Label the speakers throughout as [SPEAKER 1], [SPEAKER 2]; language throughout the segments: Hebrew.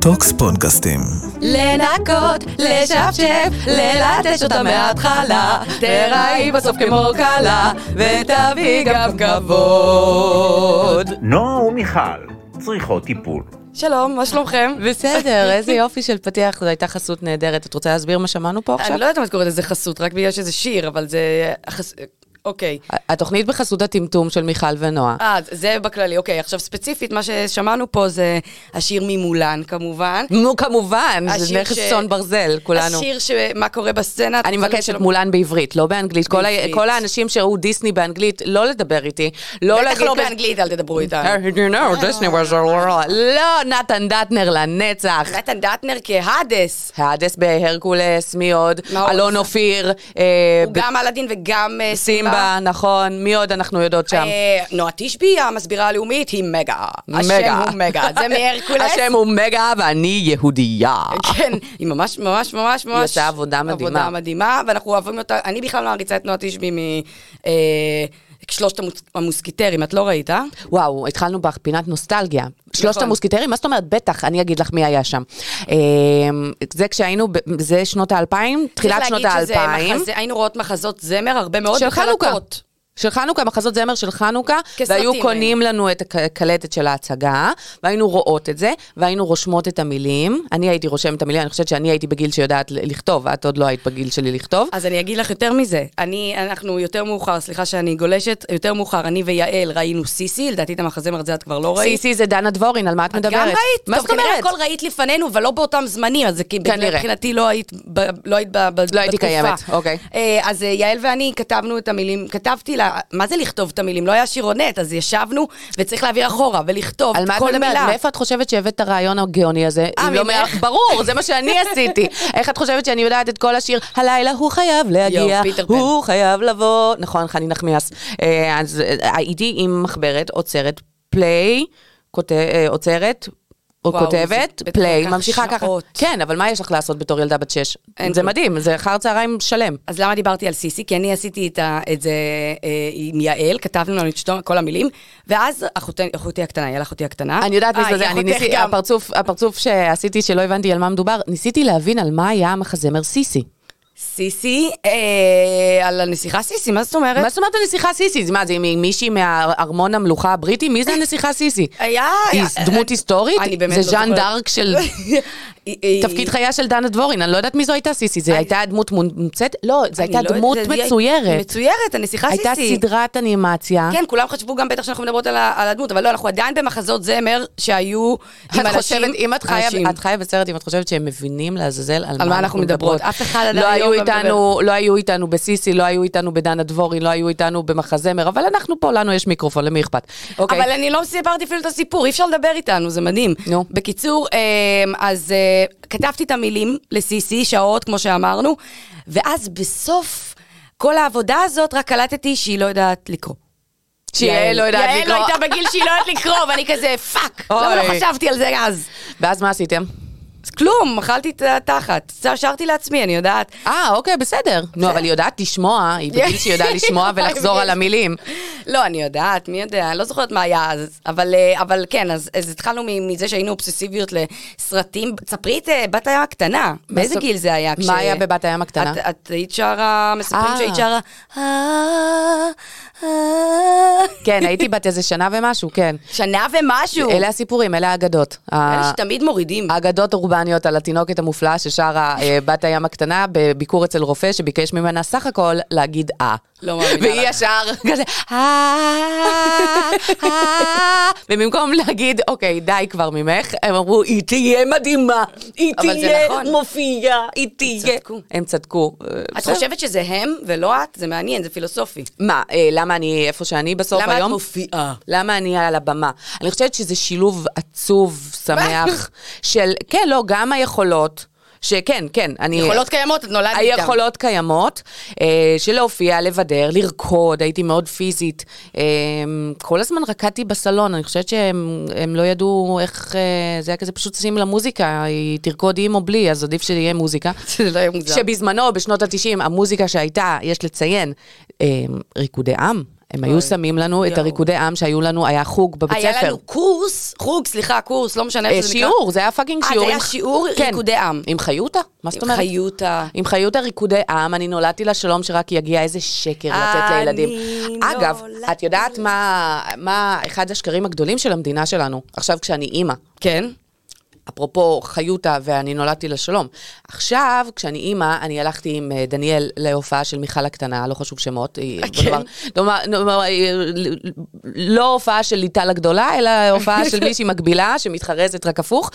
[SPEAKER 1] טוקס פודקאסטים.
[SPEAKER 2] לנקות, לשפשף, ללטש אותה מההתחלה, תראי בסוף כמו כלה, ותביא גם כבוד.
[SPEAKER 3] נועה ומיכל צריכות טיפול.
[SPEAKER 2] שלום, מה שלומכם?
[SPEAKER 4] בסדר, איזה יופי של פתיח, זו הייתה חסות נהדרת. את רוצה להסביר מה שמענו פה עכשיו?
[SPEAKER 2] אני לא יודעת מה את קוראת לזה חסות, רק בגלל שזה שיר, אבל זה... החס- אוקיי.
[SPEAKER 4] התוכנית בחסות הטמטום של מיכל ונועה.
[SPEAKER 2] אה, זה בכללי, אוקיי. עכשיו ספציפית, מה ששמענו פה זה השיר ממולן, כמובן.
[SPEAKER 4] נו, כמובן, זה
[SPEAKER 2] השיר
[SPEAKER 4] נכס
[SPEAKER 2] ש-
[SPEAKER 4] צאן ברזל, כולנו.
[SPEAKER 2] השיר שמה קורה בסצנה.
[SPEAKER 4] אני מבקשת
[SPEAKER 2] של-
[SPEAKER 4] מולן בעברית, לא באנגלית. כל ה-
[SPEAKER 2] בעברית.
[SPEAKER 4] כל האנשים שראו דיסני באנגלית, לא לדבר איתי. לא
[SPEAKER 2] בטח
[SPEAKER 4] להגיד... אה.
[SPEAKER 2] לא
[SPEAKER 4] כזה-
[SPEAKER 2] באנגלית, אה. אל תדברו איתנו.
[SPEAKER 4] You know, דיסני was a world. לא, נתן דטנר לנצח.
[SPEAKER 2] נתן דטנר כהאדס.
[SPEAKER 4] האדס בהרקולס, מי עוד?
[SPEAKER 2] מה עוד?
[SPEAKER 4] אלון אופיר. אה,
[SPEAKER 2] הוא גם אלאדין וגם אה,
[SPEAKER 4] סימבה, נכון. מי עוד אנחנו יודעות שם?
[SPEAKER 2] אה, נועה תשבי, המסבירה הלאומית, היא מגה. השם הוא מגה. זה מהרקולס.
[SPEAKER 4] השם הוא מגה ואני יהודייה.
[SPEAKER 2] כן, היא ממש ממש ממש ממש...
[SPEAKER 4] עושה עבודה מדהימה.
[SPEAKER 2] עבודה מדהימה, ואנחנו אוהבים אותה. אני בכלל לא מעריצה את נועה תשבי אה, משלושת המוסקיטרים, את לא ראית, אה?
[SPEAKER 4] וואו, התחלנו בפינת נוסטלגיה. שלושת
[SPEAKER 2] נכון.
[SPEAKER 4] המוסקיטרים, מה זאת אומרת? בטח, אני אגיד לך מי היה שם. אה, זה כשהיינו, ב- זה שנות האלפיים, תחילת
[SPEAKER 2] צריך
[SPEAKER 4] שנות
[SPEAKER 2] להגיד שזה
[SPEAKER 4] האלפיים.
[SPEAKER 2] מחזה- היינו רואות מחזות זמר, הרבה מאוד
[SPEAKER 4] של חנוכה.
[SPEAKER 2] בקלטות.
[SPEAKER 4] של חנוכה, מחזות זמר של חנוכה,
[SPEAKER 2] כסרטים
[SPEAKER 4] והיו קונים לנו את הקלטת של ההצגה, והיינו רואות את זה, והיינו רושמות את המילים. אני הייתי רושמת את המילים, אני חושבת שאני הייתי בגיל שיודעת ל- לכתוב, את עוד לא היית בגיל שלי לכתוב.
[SPEAKER 2] אז אני אגיד לך יותר מזה, אני, אנחנו יותר מאוחר, סליחה שאני גולשת, יותר מאוחר, אני ויעל ראינו סיסי, לדעתי את המחזמר הזה את כבר לא ראית.
[SPEAKER 4] סיסי זה דנה דבורין, על מה את מדברת?
[SPEAKER 2] גם ראית,
[SPEAKER 4] מה
[SPEAKER 2] טוב,
[SPEAKER 4] זאת אומרת?
[SPEAKER 2] כנראה הכל ראית לפנינו, אבל לא באותם זמנים, אז זה כי-
[SPEAKER 4] כנראה.
[SPEAKER 2] מבחינתי לא היית ב- לא היית ב- ב- בתקופה.
[SPEAKER 4] הייתי קיימת, אוקיי.
[SPEAKER 2] אה, אז אה, יעל ואני כתבנו את המילים, כתבתי לה, מה זה לכתוב את המילים? לא היה שירונט, אז ישבנו, וצריך להעביר אחורה, ולכתוב
[SPEAKER 4] על מה את
[SPEAKER 2] כל
[SPEAKER 4] מדברת?
[SPEAKER 2] מילה.
[SPEAKER 4] מאיפה את חושבת שהבאת את הרעיון הגאוני הזה?
[SPEAKER 2] אה,
[SPEAKER 4] אם לא
[SPEAKER 2] ממך?
[SPEAKER 4] מה- ברור, זה מה שאני עשיתי. איך את חושבת שאני יודעת את כל השיר? הלילה הוא חייב להגיע,
[SPEAKER 2] יואו, פיטר פן.
[SPEAKER 4] הוא חייב לבוא. נכון, חני נחמיאס. אה, אז אה, הייתי עם מחברת, עוצרת, פליי, כות- אה, עוצרת. או
[SPEAKER 2] וואו,
[SPEAKER 4] כותבת,
[SPEAKER 2] זה בטח
[SPEAKER 4] פליי,
[SPEAKER 2] לקח
[SPEAKER 4] ממשיכה ככה.
[SPEAKER 2] שעות.
[SPEAKER 4] כן, אבל מה יש לך לעשות בתור ילדה בת שש?
[SPEAKER 2] אין
[SPEAKER 4] זה
[SPEAKER 2] כלום.
[SPEAKER 4] מדהים, זה אחר צהריים שלם.
[SPEAKER 2] אז למה דיברתי על סיסי? כי אני עשיתי את, ה, את זה אה, עם יעל, כתבנו לנו את שתו- כל המילים, ואז אחותי, אחותי הקטנה, יעל אחותי הקטנה.
[SPEAKER 4] אני יודעת מי
[SPEAKER 2] אה,
[SPEAKER 4] זה, זה,
[SPEAKER 2] היא
[SPEAKER 4] אני
[SPEAKER 2] אחותך
[SPEAKER 4] ניסיתי,
[SPEAKER 2] גם.
[SPEAKER 4] הפרצוף, הפרצוף שעשיתי שלא הבנתי על מה מדובר, ניסיתי להבין על מה היה המחזמר סיסי.
[SPEAKER 2] סיסי, אה, על הנסיכה סיסי, מה זאת אומרת?
[SPEAKER 4] מה זאת אומרת הנסיכה סיסי? מה, זה מ- מישהי מארמון המלוכה הבריטי? מי זה הנסיכה סיסי?
[SPEAKER 2] היה...
[SPEAKER 4] היא
[SPEAKER 2] היה- אה,
[SPEAKER 4] דמות היסטורית?
[SPEAKER 2] אני באמת
[SPEAKER 4] זה
[SPEAKER 2] לא
[SPEAKER 4] ז'אן
[SPEAKER 2] זוכרת.
[SPEAKER 4] דארק של...
[SPEAKER 2] היא- היא-
[SPEAKER 4] תפקיד חייה של דנה דבורין, אני לא יודעת מי זו הייתה סיסי, זו הייתה דמות מומצאת? לא, זו
[SPEAKER 2] אני
[SPEAKER 4] הייתה
[SPEAKER 2] לא-
[SPEAKER 4] דמות
[SPEAKER 2] זה- היא-
[SPEAKER 4] מצוירת.
[SPEAKER 2] מצוירת, הנסיכה סיסי.
[SPEAKER 4] הייתה סדרת אנימציה.
[SPEAKER 2] כן, כולם חשבו גם בטח שאנחנו מדברות על ה- על הדמות, אבל לא, אנחנו עדיין במחזות זמר שהיו עם
[SPEAKER 4] את
[SPEAKER 2] אנשים.
[SPEAKER 4] חושבת, אם את חיה,
[SPEAKER 2] אנשים.
[SPEAKER 4] את חיה בסרט, אם את חושבת שהם מבינים לעזאזל על,
[SPEAKER 2] מה אנחנו מדברות. אף אחד עדיין
[SPEAKER 4] לא
[SPEAKER 2] לא
[SPEAKER 4] היו
[SPEAKER 2] מדבר.
[SPEAKER 4] איתנו, לא היו איתנו בסיסי, לא היו איתנו בדנה דבורין, לא היו איתנו במחזמר, אבל אנחנו פה, לנו יש מיקרופון, למי אכפת? אוקיי.
[SPEAKER 2] אבל אני לא סיפרתי אפילו את הסיפור, אי אפשר לדבר איתנו, זה מדהים.
[SPEAKER 4] נו.
[SPEAKER 2] בקיצור, אמ, אז אה, כתבתי את המילים לסיסי, שעות, כמו שאמרנו, ואז בסוף כל העבודה הזאת, רק קלטתי שהיא לא יודעת לקרוא.
[SPEAKER 4] שיעל לא יודעת
[SPEAKER 2] יעל
[SPEAKER 4] לקרוא.
[SPEAKER 2] לא הייתה בגיל שהיא לא יודעת לקרוא, ואני כזה, פאק,
[SPEAKER 4] אוי.
[SPEAKER 2] למה לא חשבתי על זה אז?
[SPEAKER 4] ואז מה עשיתם?
[SPEAKER 2] אז כלום, אכלתי את התחת, שרתי לעצמי, אני יודעת.
[SPEAKER 4] אה, אוקיי, בסדר. נו, אבל היא יודעת לשמוע, היא בגיל שהיא יודעת לשמוע ולחזור על המילים.
[SPEAKER 2] לא, אני יודעת, מי יודע, אני לא זוכרת מה היה אז, אבל, אה, אבל כן, אז, אז התחלנו מ- מזה שהיינו אובססיביות לסרטים. ספרי את אה, בת הים הקטנה, באיזה
[SPEAKER 4] זאת-
[SPEAKER 2] גיל זה היה?
[SPEAKER 4] מה היה בבת הים הקטנה?
[SPEAKER 2] את, את היית שרה, מספרים
[SPEAKER 4] אה.
[SPEAKER 2] שהיית שרה... "אה, אה."
[SPEAKER 4] כן, הייתי בת איזה שנה ומשהו, כן.
[SPEAKER 2] שנה ומשהו.
[SPEAKER 4] אלה הסיפורים, אלה האגדות.
[SPEAKER 2] אלה שתמיד מורידים.
[SPEAKER 4] אגדות אורבניות על התינוקת המופלאה ששרה אה, בת הים הקטנה בביקור אצל רופא שביקש ממנה סך הכל להגיד אה.
[SPEAKER 2] לא מאמינה
[SPEAKER 4] והיא
[SPEAKER 2] לך.
[SPEAKER 4] ישר כזה, "אה, אה", ובמקום להגיד, אוקיי, די כבר ממך, הם אמרו, היא תהיה מדהימה, היא
[SPEAKER 2] אבל זה
[SPEAKER 4] תהיה
[SPEAKER 2] נכון.
[SPEAKER 4] מופיעה, היא תהיה.
[SPEAKER 2] צדקו.
[SPEAKER 4] הם צדקו. אה,
[SPEAKER 2] את
[SPEAKER 4] בסדר.
[SPEAKER 2] חושבת שזה הם ולא את? זה מעניין, זה פילוסופי.
[SPEAKER 4] מה, אה, למה אני איפה שאני בסוף
[SPEAKER 2] למה את
[SPEAKER 4] היום?
[SPEAKER 2] מופיעה?
[SPEAKER 4] למה אני על הבמה? אני חושבת שזה שילוב עצוב, שמח, של, כן, לא, גם היכולות, שכן, כן, אני...
[SPEAKER 2] יכולות קיימות, את נולדת איתן.
[SPEAKER 4] היכולות קיימות, אה, שלהופיע, לבדר, לרקוד, הייתי מאוד פיזית. אה, כל הזמן רקדתי בסלון, אני חושבת שהם הם לא ידעו איך, אה, זה היה כזה פשוט שים לה מוזיקה, היא תרקוד עם או בלי, אז עדיף שיהיה מוזיקה.
[SPEAKER 2] זה לא יהיה מוזר.
[SPEAKER 4] שבזמנו, בשנות ה-90, המוזיקה שהייתה, יש לציין, אה, ריקודי עם. הם היו שמים לנו את
[SPEAKER 2] יואו.
[SPEAKER 4] הריקודי עם שהיו לנו, היה חוג בבית
[SPEAKER 2] היה
[SPEAKER 4] ספר.
[SPEAKER 2] לנו קורס, חוג, סליחה, קורס, לא משנה
[SPEAKER 4] אה,
[SPEAKER 2] איך זה נקרא.
[SPEAKER 4] שיעור, זה היה פאקינג
[SPEAKER 2] אה, זה
[SPEAKER 4] שיעור.
[SPEAKER 2] היה
[SPEAKER 4] עם-
[SPEAKER 2] שיעור
[SPEAKER 4] כן.
[SPEAKER 2] ריקודי עם.
[SPEAKER 4] עם חיותה? מה זאת
[SPEAKER 2] עם
[SPEAKER 4] אומרת?
[SPEAKER 2] חיותה.
[SPEAKER 4] עם חיות הריקודי עם, אני נולדתי לשלום שרק יגיע איזה שקר לתת
[SPEAKER 2] אני
[SPEAKER 4] לילדים.
[SPEAKER 2] נולדתי
[SPEAKER 4] אגב, את יודעת מה, מה אחד השקרים הגדולים של המדינה שלנו, עכשיו כשאני אימא,
[SPEAKER 2] כן.
[SPEAKER 4] אפרופו חיותה ואני נולדתי לשלום. עכשיו, כשאני אימא, אני הלכתי עם אה, דניאל להופעה של מיכל הקטנה, לא חשוב שמות, היא,
[SPEAKER 2] כן.
[SPEAKER 4] בוא נאמר, נאמר, נאמר, אה, לא הופעה של ליטל הגדולה, אלא הופעה של מישהי מקבילה שמתחרזת רק הפוך,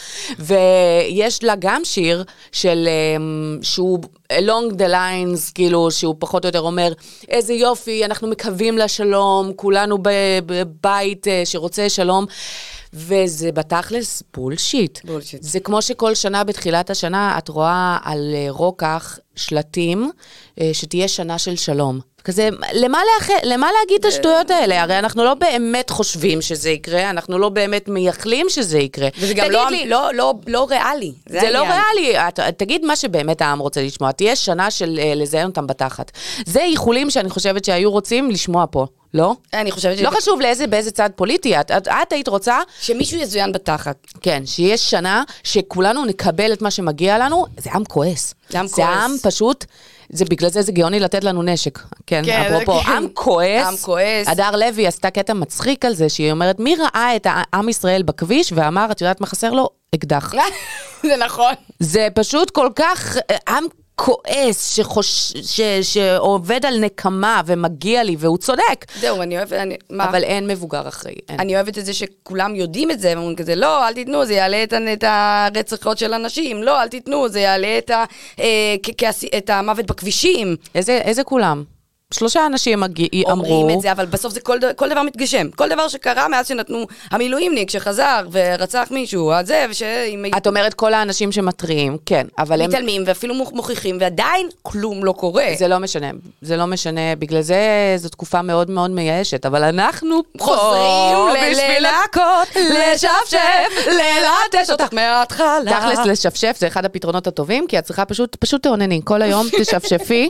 [SPEAKER 4] ויש לה גם שיר של, אה, שהוא along the lines, כאילו, שהוא פחות או יותר אומר, איזה יופי, אנחנו מקווים לשלום, כולנו ב- בבית אה, שרוצה שלום. וזה בתכלס בולשיט.
[SPEAKER 2] בולשיט.
[SPEAKER 4] זה כמו שכל שנה בתחילת השנה את רואה על אה, רוקח שלטים אה, שתהיה שנה של שלום. כזה, למה, לאח... למה להגיד את השטויות האלה? הרי אנחנו לא באמת חושבים שזה יקרה, אנחנו לא באמת מייחלים שזה יקרה.
[SPEAKER 2] וזה גם
[SPEAKER 4] תגיד
[SPEAKER 2] לא,
[SPEAKER 4] לי,
[SPEAKER 2] לא, לא, לא ריאלי.
[SPEAKER 4] זה, זה לא
[SPEAKER 2] העניין.
[SPEAKER 4] ריאלי, את, את, תגיד מה שבאמת העם רוצה לשמוע, תהיה שנה של אה, לזיין אותם בתחת. זה איחולים שאני חושבת שהיו רוצים לשמוע פה, לא?
[SPEAKER 2] אני חושבת ש...
[SPEAKER 4] לא חשוב לאיזה, באיזה צד פוליטי, את, את, את היית רוצה
[SPEAKER 2] שמישהו יזוין בתחת.
[SPEAKER 4] כן, שיש שנה שכולנו נקבל את מה שמגיע לנו, זה עם כועס.
[SPEAKER 2] זה עם
[SPEAKER 4] זה
[SPEAKER 2] כועס.
[SPEAKER 4] עם פשוט, זה בגלל זה זה גאוני לתת לנו נשק. כן,
[SPEAKER 2] כן, זה
[SPEAKER 4] אפרופו,
[SPEAKER 2] כן.
[SPEAKER 4] עם כועס.
[SPEAKER 2] עם כועס.
[SPEAKER 4] הדר לוי עשתה קטע מצחיק על זה, שהיא אומרת, מי ראה את ה- עם ישראל בכביש ואמר, את יודעת מה חסר לו? אקדח.
[SPEAKER 2] זה נכון.
[SPEAKER 4] זה פשוט כל כך אה, עם כועס שחוש... ש... שעובד על נקמה ומגיע לי, והוא צודק.
[SPEAKER 2] זהו, אני אוהבת, אני, מה?
[SPEAKER 4] אבל אין מבוגר אחראי, אין.
[SPEAKER 2] אני אוהבת את זה שכולם יודעים את זה, הם אומרים כזה, לא, אל תיתנו, זה יעלה את, ה- את הרציחות של הנשים, לא, אל תיתנו, זה יעלה את, ה, אה, כ- כ- את המוות בכבישים.
[SPEAKER 4] איזה, איזה כולם? שלושה אנשים מגיע, אמרו...
[SPEAKER 2] אומרים את זה, אבל בסוף זה כל, ד- כל דבר מתגשם. כל דבר שקרה מאז שנתנו המילואימניק שחזר ורצח מישהו, אז זה, ושעם...
[SPEAKER 4] את אומרת כל האנשים שמתריעים, כן, אבל הם...
[SPEAKER 2] מתעלמים ואפילו מוכ- מוכיחים, ועדיין כלום לא קורה.
[SPEAKER 4] זה לא משנה, זה לא משנה, בגלל זה זו תקופה מאוד מאוד מייאשת, אבל אנחנו פה
[SPEAKER 2] חוזרים ל-
[SPEAKER 4] בשביל-
[SPEAKER 2] ללהקות, לשפשף, ללטש אותך מההתחלה.
[SPEAKER 4] תכלס לשפשף זה אחד הפתרונות הטובים, כי את צריכה פשוט, פשוט תאונני, כל היום תשפשפי,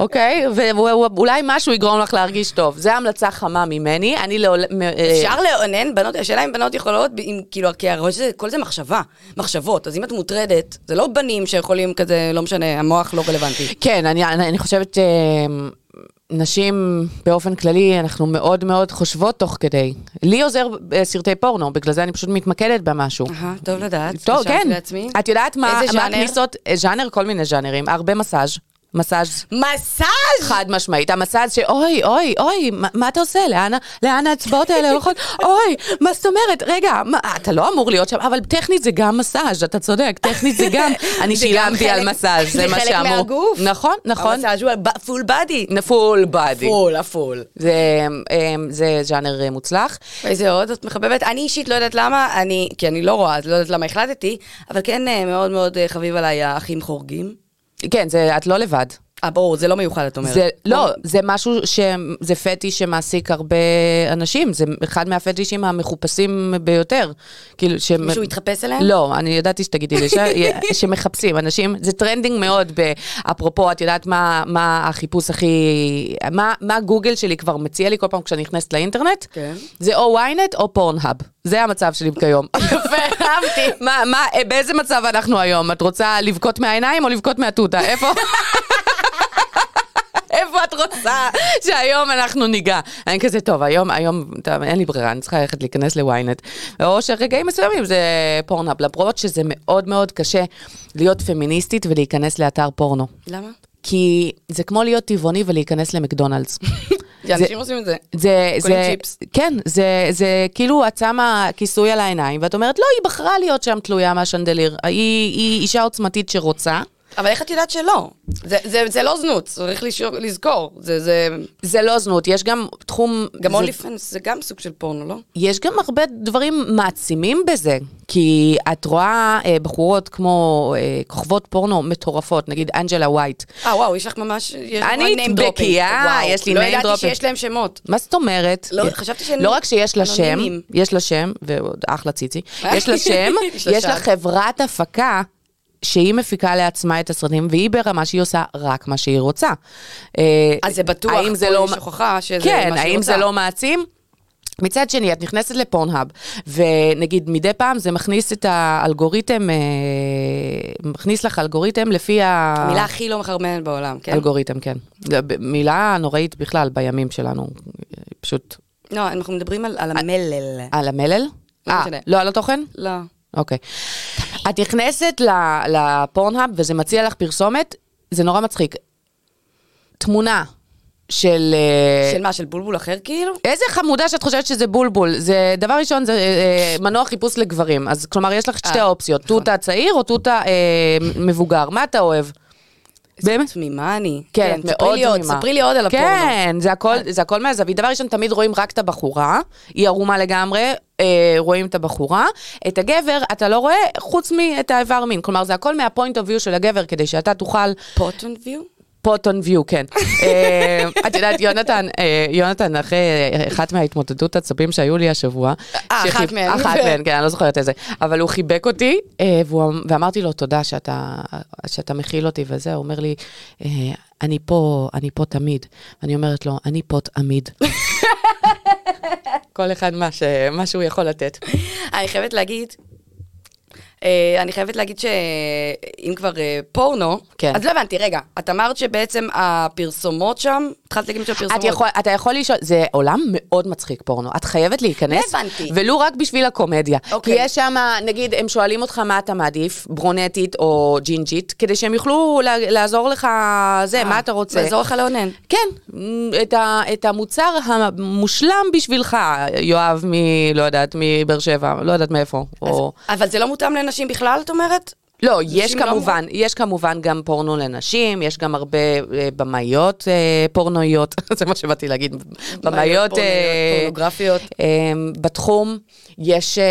[SPEAKER 4] אוקיי? ואולי משהו יגרום לך להרגיש טוב. זו המלצה חמה ממני, אני לעולם... אה,
[SPEAKER 2] אפשר לאונן בנות, השאלה אם בנות יכולות, ב- אם כאילו, כי הראש זה, כל זה מחשבה, מחשבות, אז אם את מוטרדת, זה לא בנים שיכולים כזה, לא משנה, המוח לא רלוונטי.
[SPEAKER 4] כן, אני, אני, אני חושבת שנשים באופן כללי, אנחנו מאוד מאוד חושבות תוך כדי. לי עוזר אה, סרטי פורנו, בגלל זה אני פשוט מתמקדת במשהו.
[SPEAKER 2] אהה, טוב לדעת,
[SPEAKER 4] אה, טוב,
[SPEAKER 2] רשמתי
[SPEAKER 4] כן.
[SPEAKER 2] אה, לעצמי.
[SPEAKER 4] את יודעת מה,
[SPEAKER 2] איזה
[SPEAKER 4] מה
[SPEAKER 2] ז'אנר?
[SPEAKER 4] הכניסות? אה, ז'אנר, כל מיני ז'אנרים, הרבה מסאז'. מסאז'
[SPEAKER 2] מסאז'!
[SPEAKER 4] חד משמעית, המסאז' שאוי, אוי, אוי, מה, מה אתה עושה? לאן, ה- לאן האצבעות האלה הולכות? אוי, מה זאת אומרת? רגע, מה, אתה לא אמור להיות שם, אבל טכנית זה גם מסאז', אתה צודק, טכנית זה גם, אני
[SPEAKER 2] זה גם
[SPEAKER 4] שילמתי על
[SPEAKER 2] חלק-
[SPEAKER 4] מסאז', זה מה שאמור.
[SPEAKER 2] זה חלק מהגוף.
[SPEAKER 4] נכון, נכון.
[SPEAKER 2] המסאז' הוא פול בדי.
[SPEAKER 4] פול בדי.
[SPEAKER 2] פול, הפול.
[SPEAKER 4] זה, אמ, זה ז'אנר אה, מוצלח.
[SPEAKER 2] איזה עוד את מחבבת? אני אישית לא יודעת למה, אני, כי אני לא רואה, אז לא יודעת למה החלטתי, אבל כן אה, מאוד מאוד אה, חביב עליי האחים חורגים.
[SPEAKER 4] כן, זה, את לא לבד.
[SPEAKER 2] אה, ברור, זה לא מיוחד, את אומרת.
[SPEAKER 4] זה, לא, זה משהו ש... זה פטיש שמעסיק הרבה אנשים, זה אחד מהפטישים המחופשים ביותר. כאילו, ש...
[SPEAKER 2] מישהו התחפש אליהם?
[SPEAKER 4] לא, אני ידעתי שתגידי לי, ש... שמחפשים אנשים, זה טרנדינג מאוד, ב... אפרופו, את יודעת מה, מה החיפוש הכי... מה, מה גוגל שלי כבר מציע לי כל פעם כשאני נכנסת לאינטרנט?
[SPEAKER 2] כן.
[SPEAKER 4] זה או ynet או פורנהאב, זה המצב שלי כיום.
[SPEAKER 2] יפה, אהבתי.
[SPEAKER 4] מה, מה, אה, באיזה מצב אנחנו היום? את רוצה לבכות מהעיניים או לבכות מהתותה? איפה? איפה את רוצה שהיום אנחנו ניגע? אני כזה, טוב, היום, היום, טוב, אין לי ברירה, אני צריכה ללכת להיכנס לוויינט. או שרגעים מסוימים זה פורנאפ, למרות שזה מאוד מאוד קשה להיות פמיניסטית ולהיכנס לאתר פורנו.
[SPEAKER 2] למה?
[SPEAKER 4] כי זה כמו להיות טבעוני ולהיכנס למקדונלדס.
[SPEAKER 2] כי אנשים עושים את זה.
[SPEAKER 4] זה,
[SPEAKER 2] קונים
[SPEAKER 4] זה,
[SPEAKER 2] צ'יפס.
[SPEAKER 4] כן, זה, זה כאילו את שמה כיסוי על העיניים, ואת אומרת, לא, היא בחרה להיות שם תלויה מהשנדליר. היא, היא אישה עוצמתית שרוצה.
[SPEAKER 2] אבל איך את יודעת שלא? זה, זה, זה לא זנות, צריך לשור, לזכור. זה, זה...
[SPEAKER 4] זה לא זנות, יש גם תחום...
[SPEAKER 2] גם
[SPEAKER 4] זה,
[SPEAKER 2] אוליפנס זה גם סוג של פורנו, לא?
[SPEAKER 4] יש גם הרבה דברים מעצימים בזה, כי את רואה אה, בחורות כמו אה, כוכבות פורנו מטורפות, נגיד אנג'לה וייט.
[SPEAKER 2] אה, וואו, יש לך ממש... יש לך
[SPEAKER 4] אני
[SPEAKER 2] name dropping.
[SPEAKER 4] בקיאה,
[SPEAKER 2] וואו,
[SPEAKER 4] יש לי name
[SPEAKER 2] לא
[SPEAKER 4] dropping.
[SPEAKER 2] ידעתי שיש להם שמות.
[SPEAKER 4] מה זאת אומרת?
[SPEAKER 2] לא, חשבתי שהן
[SPEAKER 4] לא רק שיש לה שם,
[SPEAKER 2] אנונימים. אה,
[SPEAKER 4] יש לה שם, ועוד אחלה ציצי, יש לה שם,
[SPEAKER 2] יש לה
[SPEAKER 4] יש לה
[SPEAKER 2] שם.
[SPEAKER 4] חברת הפקה. שהיא מפיקה לעצמה את הסרטים, והיא ברמה שהיא עושה רק מה שהיא רוצה. אה,
[SPEAKER 2] אז זה בטוח,
[SPEAKER 4] האם זה
[SPEAKER 2] פה
[SPEAKER 4] לא
[SPEAKER 2] יש
[SPEAKER 4] מ-
[SPEAKER 2] הוכחה שזה
[SPEAKER 4] כן,
[SPEAKER 2] מה שהיא
[SPEAKER 4] האם זה
[SPEAKER 2] רוצה.
[SPEAKER 4] לא מעצים? מצד שני, את נכנסת לפורנהאב, ונגיד מדי פעם זה מכניס את האלגוריתם, אה, מכניס לך אלגוריתם לפי ה...
[SPEAKER 2] המילה הכי לא מחרמנת בעולם, כן?
[SPEAKER 4] אלגוריתם, כן. זה ב- מילה נוראית בכלל בימים שלנו, אה, פשוט
[SPEAKER 2] לא, אנחנו מדברים על על המלל.
[SPEAKER 4] על המלל?
[SPEAKER 2] לא
[SPEAKER 4] אה,
[SPEAKER 2] משנה.
[SPEAKER 4] לא על התוכן?
[SPEAKER 2] לא.
[SPEAKER 4] אוקיי. את נכנסת ל- לפורנהאב וזה מציע לך פרסומת, זה נורא מצחיק. תמונה של... אה,
[SPEAKER 2] של מה, של בולבול אחר כאילו?
[SPEAKER 4] איזה חמודה שאת חושבת שזה בולבול. זה, דבר ראשון, זה אה, אה, מנוע חיפוש לגברים. אז כלומר, יש לך שתי
[SPEAKER 2] אה,
[SPEAKER 4] אופציות,
[SPEAKER 2] נכון.
[SPEAKER 4] תותה צעיר או תותה אה, מבוגר. מה אתה אוהב? באמת?
[SPEAKER 2] תמימה אני.
[SPEAKER 4] כן,
[SPEAKER 2] ספרי
[SPEAKER 4] מאוד
[SPEAKER 2] לי עוד,
[SPEAKER 4] תמימה.
[SPEAKER 2] ספרי לי עוד על הפורנו. אה.
[SPEAKER 4] כן, זה הכל, זה הכל מהזווית. דבר ראשון, תמיד רואים רק את הבחורה, היא ערומה לגמרי, אה, רואים את הבחורה. את הגבר אתה לא רואה, חוץ מאת האיבר מין. כלומר, זה הכל מהפוינט אוף ויו של הגבר, כדי שאתה תוכל...
[SPEAKER 2] פוטון ויו?
[SPEAKER 4] פוטון ויו, כן. אה, את יודעת, יונתן, אה, יונתן, אחרי אה, אחת מההתמודדות עצבים שהיו לי השבוע,
[SPEAKER 2] אה, אחת
[SPEAKER 4] שחיב-
[SPEAKER 2] מהן.
[SPEAKER 4] אחת מהן, כן, אני לא זוכרת איזה, אבל הוא חיבק אותי, אה, והוא אמ- ואמרתי לו, תודה שאתה שאתה מכיל אותי וזה, הוא אומר לי, אה, אני פה, אני פה תמיד. אני אומרת לו, אני פה תמיד. כל אחד מה ש- מה שהוא יכול לתת.
[SPEAKER 2] אני חייבת להגיד, אה, אני חייבת להגיד שאם כבר אה, פורנו,
[SPEAKER 4] כן.
[SPEAKER 2] אז לא הבנתי, רגע, את אמרת שבעצם הפרסומות שם, התחלת להגיד שהפרסומות.
[SPEAKER 4] את יכול, אתה יכול לשאול, זה עולם מאוד מצחיק פורנו, את חייבת להיכנס,
[SPEAKER 2] לא הבנתי.
[SPEAKER 4] ולו רק בשביל הקומדיה.
[SPEAKER 2] אוקיי.
[SPEAKER 4] כי יש שם, נגיד, הם שואלים אותך מה אתה מעדיף, ברונטית או ג'ינג'ית, כדי שהם יוכלו לה- לעזור לך, זה, מה אתה רוצה.
[SPEAKER 2] אה, לעזור לך לאונן.
[SPEAKER 4] כן, את, ה, את המוצר המושלם בשבילך, יואב מ... לא יודעת, מבאר שבע, לא יודעת מאיפה. או...
[SPEAKER 2] אבל זה לא מותאם לנשים בכלל, את אומרת?
[SPEAKER 4] לא, יש
[SPEAKER 2] נשים לא
[SPEAKER 4] כמובן, יש כמובן גם פורנו לנשים, יש גם הרבה אה, במאיות אה, פורנואיות, זה מה שבאתי להגיד, במאיות... אה,
[SPEAKER 2] לא, פורנוגרפיות.
[SPEAKER 4] אה, בתחום יש... אה,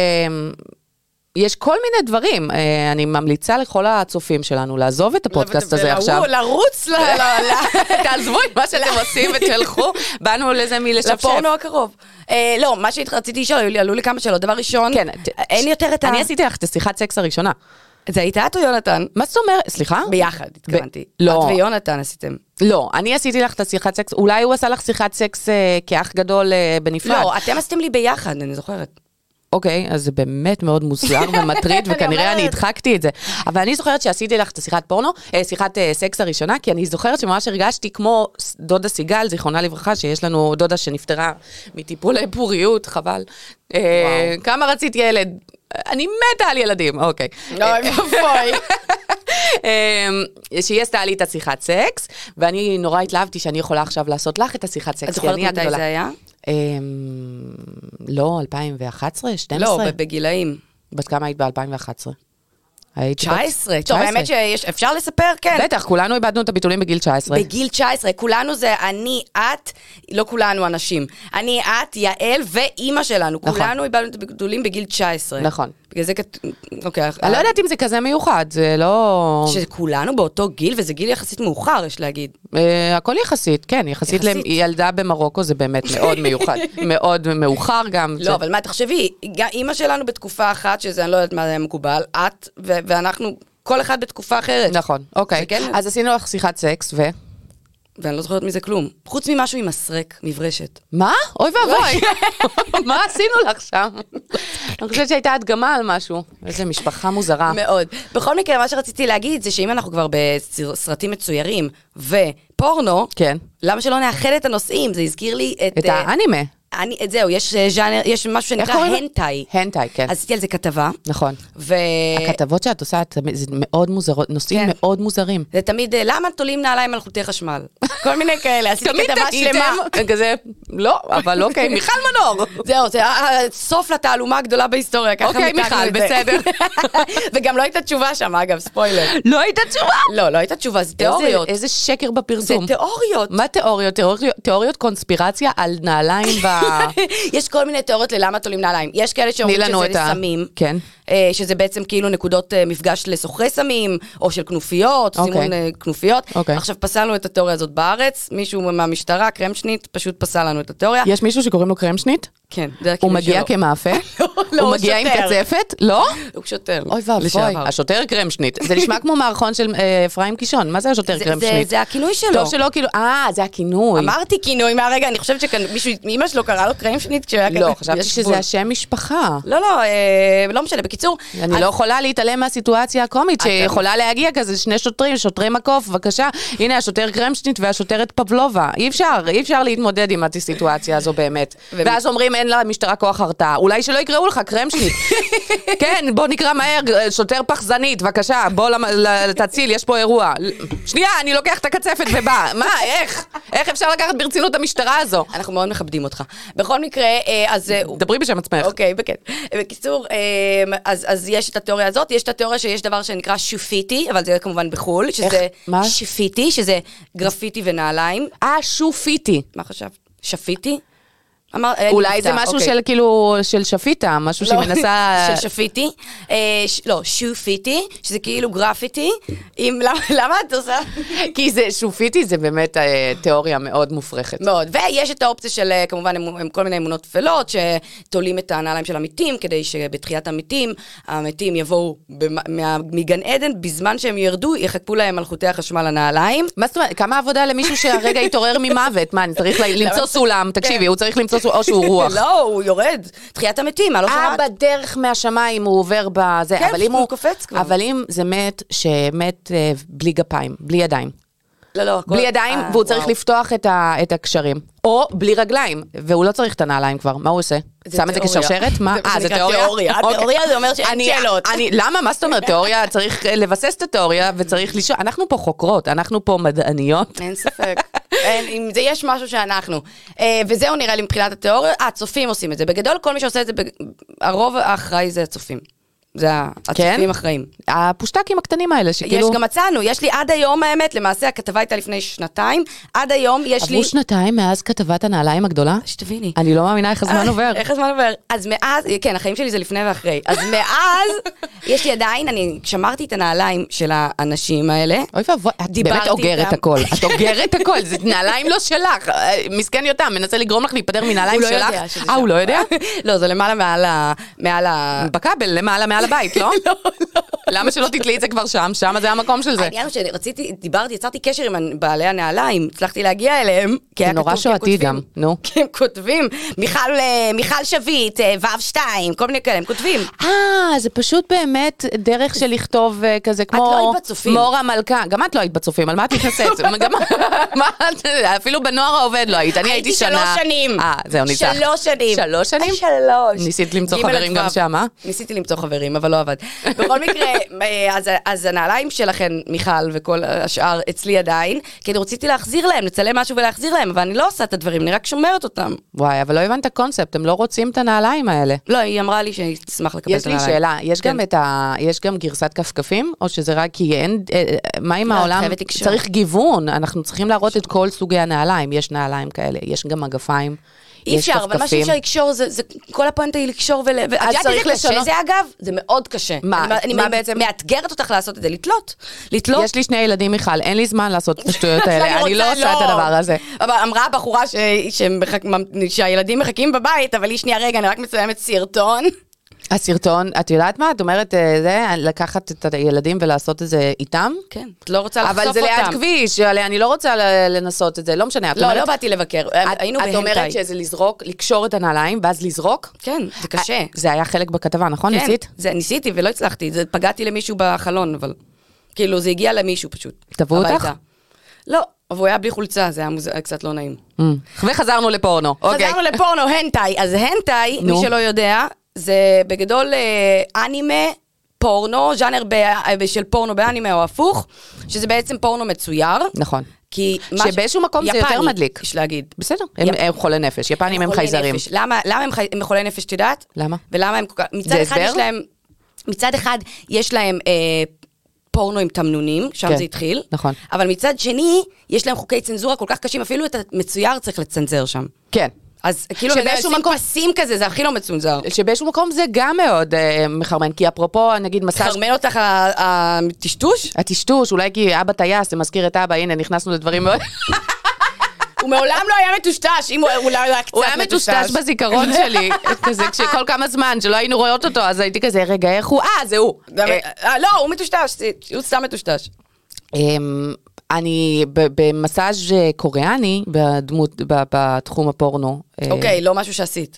[SPEAKER 4] יש כל מיני דברים, אה, אני ממליצה לכל הצופים שלנו לעזוב את הפודקאסט הזה
[SPEAKER 2] ולרוץ-
[SPEAKER 4] עכשיו.
[SPEAKER 2] לא, לרוץ ל... ל- ל-
[SPEAKER 4] תעזבו את מה שאתם עושים ותלכו, באנו לזה מלשפשף.
[SPEAKER 2] לפורנו הקרוב. אה, לא, מה שרציתי לשאול, היו לי- עלו לי כמה שאלות. דבר ראשון, אה,
[SPEAKER 4] כן,
[SPEAKER 2] אין יותר את ה...
[SPEAKER 4] אני עשיתי לך את השיחת סקס הראשונה.
[SPEAKER 2] זה הייתה את או יונתן? אה,
[SPEAKER 4] מה זאת אומרת? סליחה?
[SPEAKER 2] ביחד, התכוונתי.
[SPEAKER 4] לא.
[SPEAKER 2] את ויונתן עשיתם.
[SPEAKER 4] לא, אני עשיתי לך את השיחת סקס, אולי הוא עשה לך שיחת סקס אה, כאח גדול אה, בנפרד.
[SPEAKER 2] לא, אתם עשיתם לי ביחד, אני זוכרת.
[SPEAKER 4] אוקיי, אז זה באמת מאוד מוזר ומטריד,
[SPEAKER 2] אני
[SPEAKER 4] וכנראה אני
[SPEAKER 2] אומרת.
[SPEAKER 4] הדחקתי את זה. אבל אני זוכרת שעשיתי לך את השיחת פורנו, אה, שיחת אה, סקס הראשונה, כי אני זוכרת שממש הרגשתי כמו ס- דודה סיגל, זיכרונה לברכה, שיש לנו דודה שנפטרה מטיפולי פוריות, חבל. אה, כמה רצית ילד? אני מתה על ילדים, אוקיי. אה,
[SPEAKER 2] לא, אוי.
[SPEAKER 4] אמ, שהיא עשתה לי את השיחת סקס, ואני נורא התלהבתי שאני יכולה עכשיו לעשות לך את השיחת סקס,
[SPEAKER 2] את
[SPEAKER 4] כי
[SPEAKER 2] זוכרת
[SPEAKER 4] אני
[SPEAKER 2] מתי
[SPEAKER 4] הגדולה.
[SPEAKER 2] זה היה?
[SPEAKER 4] אמ, לא, 2011, 12?
[SPEAKER 2] לא, ב- בגילאים.
[SPEAKER 4] בת כמה היית ב-2011? היית בת-
[SPEAKER 2] 19. טוב, האמת שאפשר לספר, כן.
[SPEAKER 4] בטח, כולנו איבדנו את הביטולים בגיל 19.
[SPEAKER 2] בגיל 19, כולנו זה אני, את, לא כולנו אנשים. אני, את, יעל ואימא שלנו.
[SPEAKER 4] נכון.
[SPEAKER 2] כולנו איבדנו את הגדולים בגיל 19.
[SPEAKER 4] נכון.
[SPEAKER 2] בגלל זה כת... אוקיי.
[SPEAKER 4] אני לא יודעת אם זה כזה מיוחד, זה לא...
[SPEAKER 2] שכולנו באותו גיל, וזה גיל יחסית מאוחר, יש להגיד.
[SPEAKER 4] אה, הכל יחסית, כן, יחסית
[SPEAKER 2] יחסית.
[SPEAKER 4] לילדה במרוקו זה באמת מאוד מיוחד, מאוד מאוחר גם. זה-
[SPEAKER 2] לא, אבל מה, תחשבי, גם אימא שלנו בתקופה אחת, שזה אני לא יודעת מה היה מקובל, את ו- ואנחנו, כל אחד בתקופה אחרת.
[SPEAKER 4] נכון, אוקיי.
[SPEAKER 2] זה כן-
[SPEAKER 4] אז עשינו לך שיחת סקס, ו...
[SPEAKER 2] ואני לא זוכרת מזה כלום. חוץ ממשהו עם מסרק, מברשת.
[SPEAKER 4] מה? אוי ואבוי, מה עשינו לך שם? אני חושבת שהייתה הדגמה על משהו. איזה משפחה מוזרה.
[SPEAKER 2] מאוד. בכל מקרה, מה שרציתי להגיד זה שאם אנחנו כבר בסרטים מצוירים ופורנו,
[SPEAKER 4] כן.
[SPEAKER 2] למה שלא נאחד את הנושאים? זה הזכיר לי את...
[SPEAKER 4] את
[SPEAKER 2] אה,
[SPEAKER 4] האנימה.
[SPEAKER 2] אני, את זהו, יש אה, ז'אנר, יש משהו
[SPEAKER 4] איך
[SPEAKER 2] שנקרא
[SPEAKER 4] קוראים לו?
[SPEAKER 2] הנטאי.
[SPEAKER 4] הנטאי, כן.
[SPEAKER 2] עשיתי על זה כתבה,
[SPEAKER 4] נכון.
[SPEAKER 2] ו...
[SPEAKER 4] הכתבות שאת עושה, את- זה מאוד מוזרות, נושאים
[SPEAKER 2] אה- כן.
[SPEAKER 4] מאוד מוזרים.
[SPEAKER 2] זה תמיד, אה, למה תולים נעליים על חוטי חשמל? כל מיני כאלה, עשיתי כתבה שלמה.
[SPEAKER 4] אה, כזה, לא, אבל אוקיי, מיכל מנור.
[SPEAKER 2] זהו, זה אה, אה, סוף לתעלומה הגדולה בהיסטוריה, ככה
[SPEAKER 4] אוקיי,
[SPEAKER 2] מיתגנו
[SPEAKER 4] מיכל,
[SPEAKER 2] את זה.
[SPEAKER 4] בסדר.
[SPEAKER 2] וגם לא הייתה תשובה שם, אגב, ספוילר.
[SPEAKER 4] לא הייתה תשובה.
[SPEAKER 2] לא, לא הייתה תשובה, זה תיאוריות.
[SPEAKER 4] תיאוריות. איזה שקר
[SPEAKER 2] זה
[SPEAKER 4] בפרסום.
[SPEAKER 2] תיאוריות.
[SPEAKER 4] מה תיאוריות? תיאוריות- תיאוריות קונספירציה על נעליים ב...
[SPEAKER 2] יש כל מיני תיאוריות ללמה תולים נעליים. יש כאלה
[SPEAKER 4] תני
[SPEAKER 2] שאומרים
[SPEAKER 4] לנו את
[SPEAKER 2] שזה
[SPEAKER 4] ה...
[SPEAKER 2] סמים.
[SPEAKER 4] כן.
[SPEAKER 2] אה, שזה בעצם כאילו נקודות אה, מפגש לסוחרי סמים, או של כנופיות, okay.
[SPEAKER 4] אוקיי.
[SPEAKER 2] סימון אה, כנופיות. Okay.
[SPEAKER 4] אוקיי.
[SPEAKER 2] עכשיו, פסלנו את התיאוריה הזאת בארץ, מישהו מהמשטרה, קרמשניט, פשוט פסל לנו את התיאוריה.
[SPEAKER 4] יש מישהו שקוראים לו קרמשניט?
[SPEAKER 2] כן, זה הכינוי
[SPEAKER 4] הוא מגיע
[SPEAKER 2] שלו.
[SPEAKER 4] כמאפה?
[SPEAKER 2] לא, לא,
[SPEAKER 4] הוא
[SPEAKER 2] הוא
[SPEAKER 4] מגיע עם
[SPEAKER 2] שוטר.
[SPEAKER 4] קצפת? לא?
[SPEAKER 2] הוא שוטר.
[SPEAKER 4] אוי ואבוי,
[SPEAKER 2] לשעבר.
[SPEAKER 4] השוטר קרמשניט. זה נשמע כמו מערכון של אה, אפרים קישון, מה זה השוטר
[SPEAKER 2] זה-
[SPEAKER 4] קרמשניט?
[SPEAKER 2] זה- זה הכינוי שלו.
[SPEAKER 4] טוב שלא כאילו, אה, זה הכינוי.
[SPEAKER 2] אמרתי כינוי מהרגע, אני חושבת שמישהו, אמא שלו קראה לו קרמשניט כשהוא היה כזה.
[SPEAKER 4] לא, חשבתי
[SPEAKER 2] יש גבול.
[SPEAKER 4] שזה השם משפחה.
[SPEAKER 2] לא, לא, אה, לא משנה. בקיצור,
[SPEAKER 4] אני לא יכולה להתעלם מהסיטואציה הקומית שיכולה להגיע כזה, שני שוטרים, שוטרי מקוף, בבקשה. הנה, השוטר קרמשניט והשוטרת פבלובה. אי אפשר, אי אפשר להתמודד עם הסיטואציה הזו באמת.
[SPEAKER 2] ו-
[SPEAKER 4] ואז אומרים, אין למשטרה כוח הרתעה. אולי שלא יקראו לך קרמשניט. כן, בוא נקרא מהר, אה, שוטר פחזנית, בבקשה, בוא למ- ל- תציל, יש פה אירוע. ל- שנייה, אני לוקח את הקצפת ובא. מה, איך? איך אפשר לקחת ברצינות את המשטרה הזו?
[SPEAKER 2] אנחנו מאוד מכבדים אותך. בכל מקרה, אה, אז... אה, הוא-
[SPEAKER 4] דברי בשם עצמך.
[SPEAKER 2] אוקיי, בכיף. בקיצור, אה, אז, אז יש את התיאוריה הזאת, יש את התיאוריה שיש דבר שנקרא שופיטי, אבל זה כמובן בחו"ל, שזה...
[SPEAKER 4] איך? מה?
[SPEAKER 2] שופיטי, שזה גרפיטי ונעליים.
[SPEAKER 4] אה, שופיטי.
[SPEAKER 2] מה חשבת? שפיטי? אמר, אה,
[SPEAKER 4] אולי
[SPEAKER 2] נפצע,
[SPEAKER 4] זה משהו
[SPEAKER 2] אוקיי.
[SPEAKER 4] של כאילו, של שפיטה, משהו שהיא
[SPEAKER 2] לא,
[SPEAKER 4] מנסה...
[SPEAKER 2] של שפיטי. אה, ש- לא, שופיטי, שזה כאילו גרפיטי. עם- למה- למה את עושה?
[SPEAKER 4] כי זה, שופיטי זה באמת אה, תיאוריה מאוד מופרכת.
[SPEAKER 2] מאוד. ויש את האופציה של אה, כמובן אמ- הם כל מיני אמונות טפלות, שתולים את הנעליים של המתים, כדי שבתחיית המתים, המתים יבואו במ- מה- מגן עדן, בזמן שהם ירדו, יחכו להם על חוטי החשמל לנעליים.
[SPEAKER 4] מה זאת אומרת, כמה עבודה למישהו שהרגע התעורר ממוות? מה, אני צריך ל- למצוא סולם, תקשיבי, הוא צריך למצוא סולם, או שהוא רוח.
[SPEAKER 2] כן. לא, הוא יורד. תחיית המתים, מה לא
[SPEAKER 4] אה,
[SPEAKER 2] שמעת?
[SPEAKER 4] בדרך מהשמיים הוא עובר בזה,
[SPEAKER 2] כן,
[SPEAKER 4] אבל אם
[SPEAKER 2] הוא
[SPEAKER 4] הוא...
[SPEAKER 2] קופץ כבר.
[SPEAKER 4] אבל אם זה מת, שמת אה, בלי גפיים, בלי ידיים.
[SPEAKER 2] לא, לא, הכל-
[SPEAKER 4] בלי ידיים,
[SPEAKER 2] אה,
[SPEAKER 4] והוא צריך
[SPEAKER 2] וואו.
[SPEAKER 4] לפתוח את ה- את הקשרים. או בלי רגליים, והוא לא צריך את הנעליים כבר, מה הוא עושה?
[SPEAKER 2] זה
[SPEAKER 4] שם את זה
[SPEAKER 2] תיאוריה.
[SPEAKER 4] כשרשרת? מה?
[SPEAKER 2] זה
[SPEAKER 4] אה, זה
[SPEAKER 2] נקרא
[SPEAKER 4] תיאוריה?
[SPEAKER 2] תיאוריה.
[SPEAKER 4] אוקיי.
[SPEAKER 2] התיאוריה זה אומר שאין
[SPEAKER 4] אני-
[SPEAKER 2] שאלות.
[SPEAKER 4] אני- למה? מה זאת אומרת תיאוריה? צריך אה, לבסס את התיאוריה וצריך לשאול. אנחנו פה חוקרות, אנחנו פה מדעניות.
[SPEAKER 2] אין ספק. אין, אם זה יש משהו שאנחנו. אה, וזהו נראה לי מבחינת התיאוריה. אה, הצופים עושים את זה. בגדול, כל מי שעושה את זה, בג- הרוב האחראי זה הצופים. זה ה-
[SPEAKER 4] כן? כאילו-
[SPEAKER 2] הצופים אחראים.
[SPEAKER 4] הפושטקים הקטנים האלה, שכאילו...
[SPEAKER 2] יש גם מצאנו, יש לי עד היום האמת, למעשה הכתבה הייתה לפני שנתיים, עד היום יש לי...
[SPEAKER 4] עברו שנתיים מאז כתבת הנעליים הגדולה?
[SPEAKER 2] שתביני.
[SPEAKER 4] אני לא מאמינה איך הזמן עובר.
[SPEAKER 2] אה, איך הזמן עובר? אז מאז, כן, החיים שלי זה לפני ואחרי. אז מאז, יש לי עדיין, אני שמרתי את הנעליים של האנשים האלה.
[SPEAKER 4] אוי ואבוי, את
[SPEAKER 2] דיברתי
[SPEAKER 4] באמת אוגרת
[SPEAKER 2] איתם.
[SPEAKER 4] הכל. את אוגרת הכל, זה נעליים לא שלך. אה, מסכן יותם, מנסה לגרום לך להיפטר מנעליים
[SPEAKER 2] הוא לא
[SPEAKER 4] שלך.
[SPEAKER 2] יודע שזה
[SPEAKER 4] אה, הוא
[SPEAKER 2] שם.
[SPEAKER 4] לא יודע?
[SPEAKER 2] לא, זה למעלה מעל ה... מעל ה...
[SPEAKER 4] בכבל, למעלה, מעל הבית, לא?
[SPEAKER 2] לא, לא.
[SPEAKER 4] למה שלא תתלי את זה כבר שם? שם זה המקום של זה.
[SPEAKER 2] העניין הוא שרציתי, דיברתי, יצרתי קשר עם בעלי הנעליים, הצלחתי להגיע אליהם, כי היה
[SPEAKER 4] נורא
[SPEAKER 2] כתוב, כי הם
[SPEAKER 4] שואתי
[SPEAKER 2] כותבים.
[SPEAKER 4] גם, נו.
[SPEAKER 2] כי הם כותבים, מיכל, אה, מיכל שביט, אה, ו' שתיים, כל מיני כאלה, הם כותבים.
[SPEAKER 4] אה, זה פשוט באמת דרך של לכתוב אה, כזה כמו...
[SPEAKER 2] לא היית בצופים.
[SPEAKER 4] מור המלכה. גם את לא היית בצופים, על מה את נכנסת? גם- מה את- אפילו בנוער העובד לא היית, אני הייתי שנה.
[SPEAKER 2] שלוש שנים.
[SPEAKER 4] אה, זהו, ניצח.
[SPEAKER 2] שלוש שנים.
[SPEAKER 4] שלוש שנים?
[SPEAKER 2] אה, שלוש.
[SPEAKER 4] ניסית למצוא
[SPEAKER 2] ג'
[SPEAKER 4] חברים
[SPEAKER 2] עד
[SPEAKER 4] גם
[SPEAKER 2] ו'.
[SPEAKER 4] שם, אה?
[SPEAKER 2] ניסיתי למצוא חברים, אבל לא עבד. בכל מקרה, אה, אז- אז הנעליים שלכן, מיכל וכל השאר, אצלי עדיין, כי אני רציתי להחזיר להם, לצלם משהו ולהחזיר להם, אבל אני לא עושה את הדברים, אני רק שומרת אותם.
[SPEAKER 4] וואי, אבל לא הבנת קונספט, הם לא רוצים את הנעליים האלה.
[SPEAKER 2] לא, היא אמרה לי שהיא תשמח לקבל את
[SPEAKER 4] יש לי
[SPEAKER 2] הנעליים.
[SPEAKER 4] שאלה, יש
[SPEAKER 2] כן.
[SPEAKER 4] גם את ה... יש גם גרסת כפכפים? או שזה רק כי אין... אה, אה, מה עם
[SPEAKER 2] לא, את
[SPEAKER 4] העולם?
[SPEAKER 2] חייבת לקשור.
[SPEAKER 4] צריך גיוון, אנחנו צריכים להראות את כל סוגי הנעליים. יש נעליים כאלה, יש גם מגפיים,
[SPEAKER 2] אי
[SPEAKER 4] יש
[SPEAKER 2] אפשר, אבל מה שאי
[SPEAKER 4] כפכפים.
[SPEAKER 2] אפשר לקשור, זה, זה, כל הפואנטה היא לקשור ול... ואת יודעת איזה
[SPEAKER 4] צריך
[SPEAKER 2] קשה
[SPEAKER 4] לשנות-
[SPEAKER 2] זה אגב? זה מאוד קשה.
[SPEAKER 4] מה?
[SPEAKER 2] אני, אני
[SPEAKER 4] מה
[SPEAKER 2] מה
[SPEAKER 4] בעצם?
[SPEAKER 2] בעצם? מאתגרת אותך לעשות את זה, לתלות. לתלות.
[SPEAKER 4] יש לי שני ילדים, מיכל, אין לי זמן לעשות את השטויות האלה, אני לא
[SPEAKER 2] לא. רוצה-
[SPEAKER 4] עושה את הדבר הזה.
[SPEAKER 2] אבל אמרה הבחורה ש... שמחכ... שהילדים מחכים בבית, אבל היא שנייה, רגע, אני רק מצלמת סרטון.
[SPEAKER 4] הסרטון, את יודעת מה? את אומרת, אה, זה, לקחת את הילדים ולעשות את זה איתם?
[SPEAKER 2] כן, את לא רוצה לחשוף אותם.
[SPEAKER 4] אבל זה ליד כביש, אה, אני לא רוצה ל- לנסות את זה, לא משנה. את
[SPEAKER 2] לא,
[SPEAKER 4] אומרת-
[SPEAKER 2] לא באתי לבקר,
[SPEAKER 4] את-
[SPEAKER 2] היינו בהנטאי.
[SPEAKER 4] את אומרת שזה לזרוק, לקשור את הנעליים, ואז לזרוק?
[SPEAKER 2] כן, זה קשה.
[SPEAKER 4] אה, זה היה חלק בכתבה, נכון?
[SPEAKER 2] כן,
[SPEAKER 4] ניסית?
[SPEAKER 2] זה, ניסיתי ולא הצלחתי, זה, פגעתי למישהו בחלון, אבל... כאילו, זה הגיע למישהו פשוט.
[SPEAKER 4] תבעו אותך?
[SPEAKER 2] הביתה. לא, אבל הוא היה בלי חולצה, זה היה מוז... קצת לא נעים.
[SPEAKER 4] Mm. וחזרנו לפורנו, אוקיי.
[SPEAKER 2] חזרנו לפורנו, הנטאי. אז הנטאי, מי
[SPEAKER 4] נו.
[SPEAKER 2] שלא יודע, זה בגדול אה, אנימה, פורנו, ז'אנר ב- אה, של פורנו באנימה או הפוך, שזה בעצם פורנו מצויר.
[SPEAKER 4] נכון.
[SPEAKER 2] כי... מה
[SPEAKER 4] שבאיזשהו מקום זה
[SPEAKER 2] יפני,
[SPEAKER 4] יותר מדליק.
[SPEAKER 2] יש להגיד.
[SPEAKER 4] בסדר, הם-
[SPEAKER 2] יפ-
[SPEAKER 4] הם חולי נפש, יפנים הם
[SPEAKER 2] חולי
[SPEAKER 4] חייזרים.
[SPEAKER 2] נפש. למה, למה הם, חי, הם חולי נפש, את יודעת?
[SPEAKER 4] למה?
[SPEAKER 2] ולמה הם כל כך... מצד
[SPEAKER 4] זה
[SPEAKER 2] אחד
[SPEAKER 4] הסבר?
[SPEAKER 2] יש להם... מצד אחד יש להם אה, פורנו עם תמנונים, שם
[SPEAKER 4] כן,
[SPEAKER 2] זה התחיל.
[SPEAKER 4] נכון.
[SPEAKER 2] אבל מצד שני, יש להם חוקי צנזורה כל כך קשים, אפילו את המצויר צריך לצנזר שם.
[SPEAKER 4] כן.
[SPEAKER 2] אז כאילו, אתה יודע,
[SPEAKER 4] שבאיזשהו
[SPEAKER 2] לשים
[SPEAKER 4] מקום-
[SPEAKER 2] פסים כזה, זה הכי לא מצונזר.
[SPEAKER 4] שבאיזשהו מקום זה גם מאוד אה, מחרמן, כי אפרופו, נגיד, מסע...
[SPEAKER 2] חרמן אותך ה- ה- הטשטוש?
[SPEAKER 4] הטשטוש, אולי כי אבא טייס, זה מזכיר את אבא, הנה, נכנסנו לדברים מאוד...
[SPEAKER 2] הוא מעולם לא היה מטושטש, אם הוא אולי הוא היה קצת
[SPEAKER 4] הוא היה מטושטש בזיכרון שלי, כזה כשכל כמה זמן, שלא היינו רואות אותו, אז הייתי כזה, רגע, איך הוא? אה, אה. זה הוא.
[SPEAKER 2] גם- אה, לא, הוא מטושטש, הוא סתם מטושטש.
[SPEAKER 4] אמ, אני ב- במסאז' קוריאני, בדמות, ב- בתחום הפורנו. אה,
[SPEAKER 2] אוקיי, לא משהו שעשית.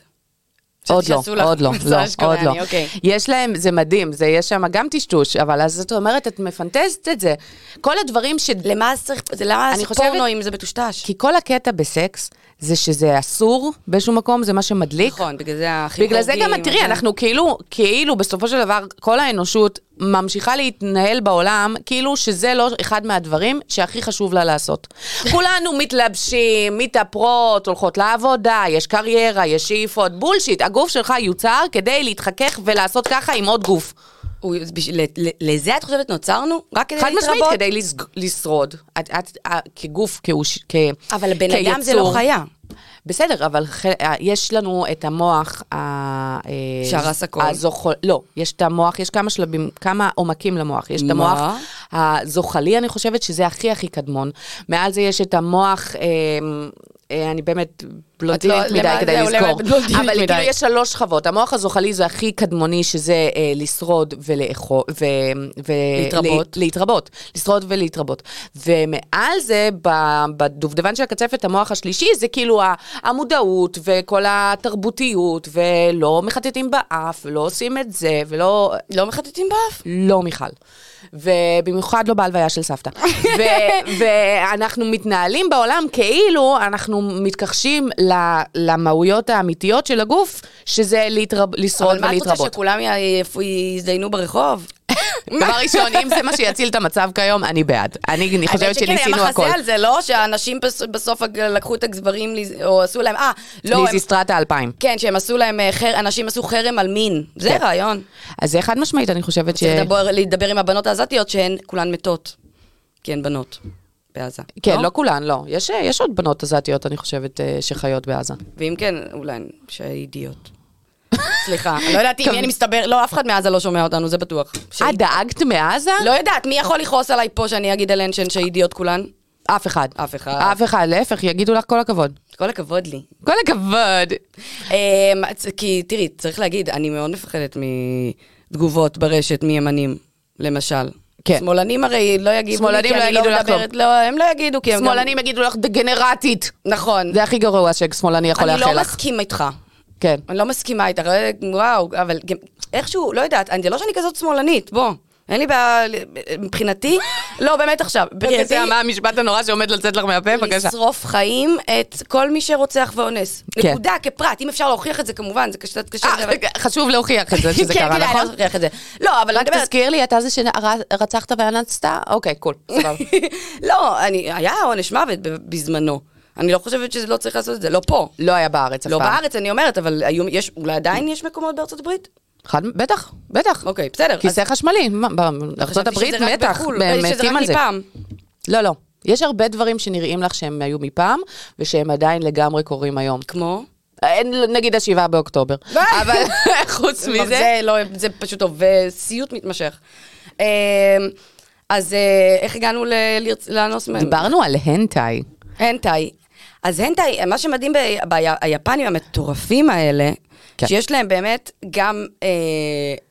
[SPEAKER 4] עוד
[SPEAKER 2] חשבתי
[SPEAKER 4] לא,
[SPEAKER 2] שעשו לך
[SPEAKER 4] עוד לא, לא,
[SPEAKER 2] מסאז'
[SPEAKER 4] עוד
[SPEAKER 2] קוריאני,
[SPEAKER 4] לא.
[SPEAKER 2] אוקיי.
[SPEAKER 4] יש להם, זה מדהים, זה יש שם גם טשטוש, אבל אז את אומרת, את מפנטזת את זה. כל הדברים ש...
[SPEAKER 2] למה אז צריך, זה למה
[SPEAKER 4] אני
[SPEAKER 2] אז
[SPEAKER 4] חושבת-
[SPEAKER 2] פורנו אם זה מטושטש?
[SPEAKER 4] כי כל הקטע בסקס, זה שזה אסור באיזשהו מקום, זה מה שמדליק.
[SPEAKER 2] נכון, בגלל זה הכי
[SPEAKER 4] בגלל זה גם,
[SPEAKER 2] כן.
[SPEAKER 4] תראי, אנחנו כאילו, כאילו בסופו של דבר, כל האנושות ממשיכה להתנהל בעולם, כאילו שזה לא אחד מהדברים שהכי חשוב לה לעשות. כולנו מתלבשים, מתאפרות, הולכות לעבודה, יש קריירה, יש שאיפות, בולשיט. הגוף שלך יוצר כדי להתחכך ולעשות ככה עם עוד גוף.
[SPEAKER 2] הוא- בשביל- ל- ל- לזה את חושבת נוצרנו? רק כדי
[SPEAKER 4] חד
[SPEAKER 2] להתרבות?
[SPEAKER 4] משמעית, כדי לסג- לשרוד. את, את, את, כגוף, כאוש, כ...
[SPEAKER 2] אבל בן אדם זה לא
[SPEAKER 4] כיצור.
[SPEAKER 2] חיה.
[SPEAKER 4] בסדר, אבל ח- יש לנו את המוח... ה- אה,
[SPEAKER 2] שהרס הכל.
[SPEAKER 4] הזוכ... לא, יש את המוח, יש כמה שלבים, כמה עומקים למוח. יש את
[SPEAKER 2] מה?
[SPEAKER 4] המוח הזוחלי, אני חושבת שזה הכי הכי קדמון. מעל זה יש את המוח... אה, אה, אני באמת
[SPEAKER 2] את
[SPEAKER 4] בלונדינית
[SPEAKER 2] לא-
[SPEAKER 4] מדי
[SPEAKER 2] למה-
[SPEAKER 4] כדי
[SPEAKER 2] זהו, למה
[SPEAKER 4] לזכור.
[SPEAKER 2] את בלונדינית
[SPEAKER 4] אבל
[SPEAKER 2] מדי?
[SPEAKER 4] כאילו יש שלוש שכבות. המוח הזוחלי זה הכי קדמוני, שזה אה, לשרוד ולאכול... ו- ו-
[SPEAKER 2] להתרבות.
[SPEAKER 4] ל- להתרבות. לשרוד ולהתרבות. ומעל זה, ב- בדובדבן של הקצפת, המוח השלישי, זה כאילו ה- המודעות וכל התרבותיות, ולא מחטטים באף, ולא עושים את זה, ולא...
[SPEAKER 2] לא מחטטים באף?
[SPEAKER 4] לא מיכל. ובמיוחד לא בהלוויה של סבתא. ו- ואנחנו מתנהלים בעולם כאילו אנחנו מתכחשים ל- למהויות האמיתיות של הגוף, שזה להתרב- לשרוד
[SPEAKER 2] אבל מה את רוצה
[SPEAKER 4] ולהתרבות.
[SPEAKER 2] שכולם י- יפ- יזדיינו ברחוב?
[SPEAKER 4] דבר ראשון, אם זה מה שיציל את המצב כיום, אני בעד. אני אני חושבת שניסינו
[SPEAKER 2] האמת שכן,
[SPEAKER 4] הכל.
[SPEAKER 2] היה מחזה על זה, לא? שאנשים בס- בסוף לקחו את הגזברים, לז- או עשו להם, אה, לא, הם-
[SPEAKER 4] ליזי סטרטה 2000.
[SPEAKER 2] כן, שהם עשו להם, אה, חר- אנשים עשו חרם על מין. זה
[SPEAKER 4] כן.
[SPEAKER 2] רעיון.
[SPEAKER 4] אז זה חד משמעית, אני חושבת ש...
[SPEAKER 2] צריך לדבר- להידבר עם הבנות העזתיות שהן כולן מתות. כי הן בנות. בעזה.
[SPEAKER 4] כן, לא כולן, לא. יש יש עוד בנות עזתיות, אני חושבת, אה, שחיות בעזה.
[SPEAKER 2] ואם כן, אולי הן שהאידיוט. סליחה, אני לא יודעת אם אני מסתבר, לא, אף אחד מעזה לא שומע אותנו, זה בטוח.
[SPEAKER 4] את דאגת מעזה?
[SPEAKER 2] לא יודעת, מי יכול לכעוס עליי פה שאני אגיד עליהן שהן שהידיעות כולן?
[SPEAKER 4] אף אחד.
[SPEAKER 2] אף אחד.
[SPEAKER 4] אף אחד, להפך, יגידו לך כל הכבוד.
[SPEAKER 2] כל הכבוד לי.
[SPEAKER 4] כל הכבוד.
[SPEAKER 2] אמ, צ- כי תראי, צריך להגיד, אני מאוד מפחדת מתגובות ברשת מימנים, למשל.
[SPEAKER 4] כן.
[SPEAKER 2] שמאלנים הרי לא יגידו לי,
[SPEAKER 4] שמאלנים
[SPEAKER 2] כי
[SPEAKER 4] לא
[SPEAKER 2] אני לא
[SPEAKER 4] יגידו לך
[SPEAKER 2] מדברת, לא, הם לא יגידו, כי הם גם...
[SPEAKER 4] שמאלנים יגידו לך דגנרטית.
[SPEAKER 2] נכון.
[SPEAKER 4] זה הכי גרוע ששמאלני יכול
[SPEAKER 2] אני
[SPEAKER 4] לאחל
[SPEAKER 2] לא
[SPEAKER 4] לך.
[SPEAKER 2] מסכים איתך.
[SPEAKER 4] כן.
[SPEAKER 2] אני לא מסכימה איתך, אה, וואו, אבל גם, איכשהו, לא יודעת, אני- זה לא שאני כזאת שמאלנית, בוא. אין לי בעיה, מבחינתי, לא, באמת עכשיו, מבחינתי,
[SPEAKER 4] יודע מה המשפט הנורא שעומד לצאת לך מהפה? בבקשה.
[SPEAKER 2] לשרוף חיים את כל מי שרוצח ואונס.
[SPEAKER 4] כן.
[SPEAKER 2] נקודה, כפרט, אם אפשר להוכיח את זה כמובן, זה קשה, קשה,
[SPEAKER 4] אה,
[SPEAKER 2] אבל-
[SPEAKER 4] חשוב להוכיח את זה שזה
[SPEAKER 2] כן,
[SPEAKER 4] קרה,
[SPEAKER 2] כדאי
[SPEAKER 4] נכון?
[SPEAKER 2] להוכיח את זה. לא, אבל אני
[SPEAKER 4] רק
[SPEAKER 2] מדברת,
[SPEAKER 4] תזכיר לי, אתה זה שרצחת ואנסת? אוקיי, קול, סבבה.
[SPEAKER 2] לא, אני, היה עונש מוות ב- בזמנו. אני לא חושבת שזה לא צריך לעשות את זה, לא פה.
[SPEAKER 4] לא היה בארץ אף
[SPEAKER 2] לא
[SPEAKER 4] פעם.
[SPEAKER 2] בארץ, אני אומרת, אבל היו, יש, אולי עדיין יש מקומות בארצות הברית?
[SPEAKER 4] חד- בטח, בטח.
[SPEAKER 2] אוקיי, בסדר.
[SPEAKER 4] כיסא חשמלי, מה, בארצות
[SPEAKER 2] חשבתי
[SPEAKER 4] הברית
[SPEAKER 2] שזה רק
[SPEAKER 4] בטח,
[SPEAKER 2] בחו"ל, אה,
[SPEAKER 4] הם
[SPEAKER 2] שזה רק
[SPEAKER 4] מתים על זה.
[SPEAKER 2] מפעם.
[SPEAKER 4] לא, לא. יש הרבה דברים שנראים לך שהם היו מפעם, ושהם עדיין לגמרי קורים היום.
[SPEAKER 2] כמו?
[SPEAKER 4] אין, נגיד השבעה באוקטובר. אה,
[SPEAKER 2] ביי.
[SPEAKER 4] אבל חוץ
[SPEAKER 2] אבל
[SPEAKER 4] מזה...
[SPEAKER 2] זה, לא, זה פשוט עובד, סיוט מתמשך. אמ, אז אה, איך הגענו ל- לרצ- לאנוס מהם?
[SPEAKER 4] דיברנו על הנטאי.
[SPEAKER 2] הנטאי. אז הנטאי, מה שמדהים ב- ב- היפנים המטורפים האלה,
[SPEAKER 4] כן.
[SPEAKER 2] שיש להם באמת גם אה,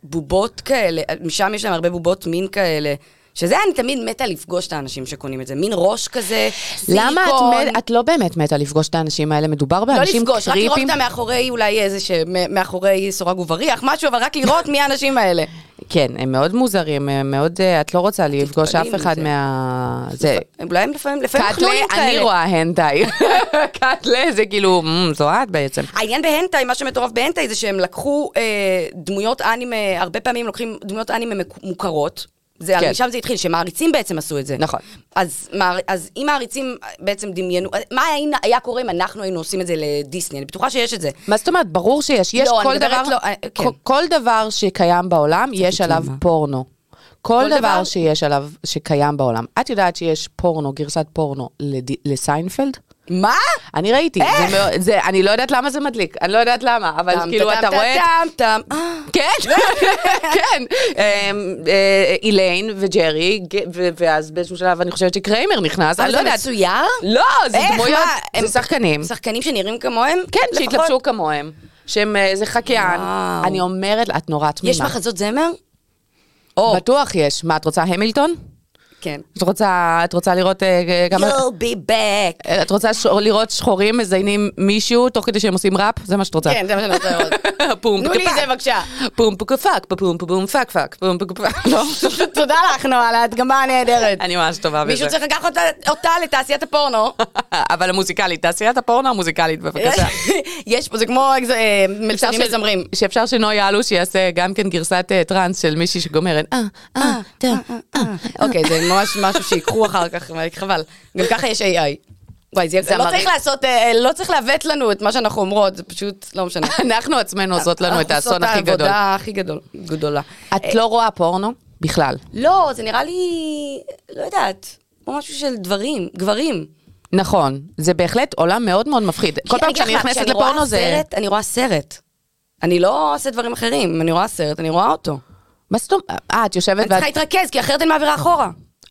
[SPEAKER 2] בובות כאלה, משם יש להם הרבה בובות מין כאלה. שזה אני תמיד מתה לפגוש את האנשים שקונים את זה, מין ראש כזה, סיליקון.
[SPEAKER 4] למה את, מת, את לא באמת מתה לפגוש את האנשים האלה? מדובר
[SPEAKER 2] לא
[SPEAKER 4] באנשים
[SPEAKER 2] לפגוש, רק לראות
[SPEAKER 4] קריפים.
[SPEAKER 2] אותם מאחורי אולי איזה ש... מ- מאחורי סורג ובריח, משהו, אבל רק לראות מי האנשים האלה.
[SPEAKER 4] כן, הם מאוד מוזרים, הם מאוד... אה, את לא רוצה לפגוש אף
[SPEAKER 2] מזה.
[SPEAKER 4] אחד מה... זה...
[SPEAKER 2] אולי הם לפעמים, לפעמים
[SPEAKER 4] קאטלה,
[SPEAKER 2] חנונים כאלה.
[SPEAKER 4] אה. אני רואה הנטאי. קאטלה זה כאילו, "מ, זו את בעצם.
[SPEAKER 2] העניין בהנטאי, מה שמטורף בהנטאי זה שהם לקחו אה, דמויות אנימה, הרבה פעמים לוקחים דמויות אנימה מק- מוכרות. זה,
[SPEAKER 4] כן.
[SPEAKER 2] כן. משם זה התחיל, שמעריצים בעצם עשו את זה.
[SPEAKER 4] נכון.
[SPEAKER 2] אז, מה, אז אם מעריצים בעצם דמיינו, מה היה, היה קורה אם אנחנו היינו עושים את זה לדיסני? אני בטוחה שיש את זה.
[SPEAKER 4] מה זאת אומרת? ברור שיש. יש
[SPEAKER 2] לא, אני
[SPEAKER 4] כל
[SPEAKER 2] מדברת
[SPEAKER 4] דבר...
[SPEAKER 2] לא, אה, כן.
[SPEAKER 4] כל- כל דבר שקיים בעולם, יש עליו פורנו. כל
[SPEAKER 2] כל
[SPEAKER 4] דבר
[SPEAKER 2] דבר-
[SPEAKER 4] שיש עליו, שקיים בעולם. את יודעת שיש פורנו, גרסת פורנו לד- לסיינפלד?
[SPEAKER 2] מה?
[SPEAKER 4] אני ראיתי. איך? זה, מאוד- זה, אני לא יודעת למה זה מדליק, אני לא יודעת למה, אבל
[SPEAKER 2] טם,
[SPEAKER 4] כאילו,
[SPEAKER 2] טם,
[SPEAKER 4] אתה
[SPEAKER 2] טם,
[SPEAKER 4] רואה... את-
[SPEAKER 2] טם, טם, אה,
[SPEAKER 4] כן, כן. אמ, אה, איליין וג'רי, ג- ו- ואז באיזשהו שלב אני חושבת שקריימר נכנס, אני
[SPEAKER 2] אבל
[SPEAKER 4] לא
[SPEAKER 2] אה, זה
[SPEAKER 4] יודעת.
[SPEAKER 2] מצויר?
[SPEAKER 4] לא, זה
[SPEAKER 2] איך?
[SPEAKER 4] דמויות,
[SPEAKER 2] מה,
[SPEAKER 4] זה
[SPEAKER 2] הם-
[SPEAKER 4] שחקנים.
[SPEAKER 2] שחקנים שנראים כמוהם?
[SPEAKER 4] כן,
[SPEAKER 2] לפחות.
[SPEAKER 4] שהתלבשו כמוהם. שהם אה, איזה חקיין.
[SPEAKER 2] וואו.
[SPEAKER 4] אני אומרת, את נורא תמימה.
[SPEAKER 2] יש מחזות זמר?
[SPEAKER 4] בטוח יש. מה, את רוצה המילטון?
[SPEAKER 2] כן.
[SPEAKER 4] את רוצה, את רוצה לראות אה, כמה...
[SPEAKER 2] You'll be back.
[SPEAKER 4] את רוצה ש... לראות שחורים מזיינים מישהו תוך כדי שהם עושים ראפ? זה מה שאת רוצה.
[SPEAKER 2] כן, זה מה שאני רוצה לראות.
[SPEAKER 4] פום
[SPEAKER 2] תנו לי את
[SPEAKER 4] פקפק.
[SPEAKER 2] זה בבקשה.
[SPEAKER 4] פום פקפק, פום פום פק פק, פום פקפק. לא?
[SPEAKER 2] תודה לך, נועה, על ההדגמה הנהדרת.
[SPEAKER 4] אני ממש טובה בזה.
[SPEAKER 2] מישהו צריך לקח אותה- אותה לתעשיית הפורנו.
[SPEAKER 4] אבל המוזיקלית, תעשיית הפורנו המוזיקלית, בבקשה.
[SPEAKER 2] יש פה, זה כמו אה, מלצרים
[SPEAKER 4] ש-
[SPEAKER 2] מזמרים.
[SPEAKER 4] שאפשר שנוי אלוש יעשה גם כן גרסת אה, טראנס של מישהי שגומרת, אה, אה, טוב, אה.
[SPEAKER 2] אוקיי, זה ממש משהו שיקחו אחר כך, חבל. גם ככה יש AI. וואי, זה יהיה
[SPEAKER 4] זה
[SPEAKER 2] קצת
[SPEAKER 4] לא
[SPEAKER 2] לא צריך
[SPEAKER 4] צריך
[SPEAKER 2] לעשות, לא צריך לעוות לנו את מה שאנחנו אומרות, זה פשוט לא משנה.
[SPEAKER 4] אנחנו עצמנו עושות לנו את האסון הכי גדול.
[SPEAKER 2] העבודה הכי גדול, גדולה.
[SPEAKER 4] את לא רואה פורנו? בכלל.
[SPEAKER 2] לא, זה נראה לי, לא יודעת, כמו משהו של דברים, גברים.
[SPEAKER 4] נכון, זה בהחלט עולם מאוד מאוד מפחיד. כל
[SPEAKER 2] כי
[SPEAKER 4] פעם
[SPEAKER 2] אני אגיד
[SPEAKER 4] כשאני
[SPEAKER 2] לך,
[SPEAKER 4] נכנסת
[SPEAKER 2] כשאני רואה
[SPEAKER 4] לפורנו זה...
[SPEAKER 2] סרט, אני רואה סרט. אני לא עושה דברים אחרים, אני רואה סרט, אני רואה אותו.
[SPEAKER 4] מה זאת אומרת? אה, את יושבת
[SPEAKER 2] אני
[SPEAKER 4] ואת...
[SPEAKER 2] צריכה להתרכז, כי אחרת אני מעבירה אחורה.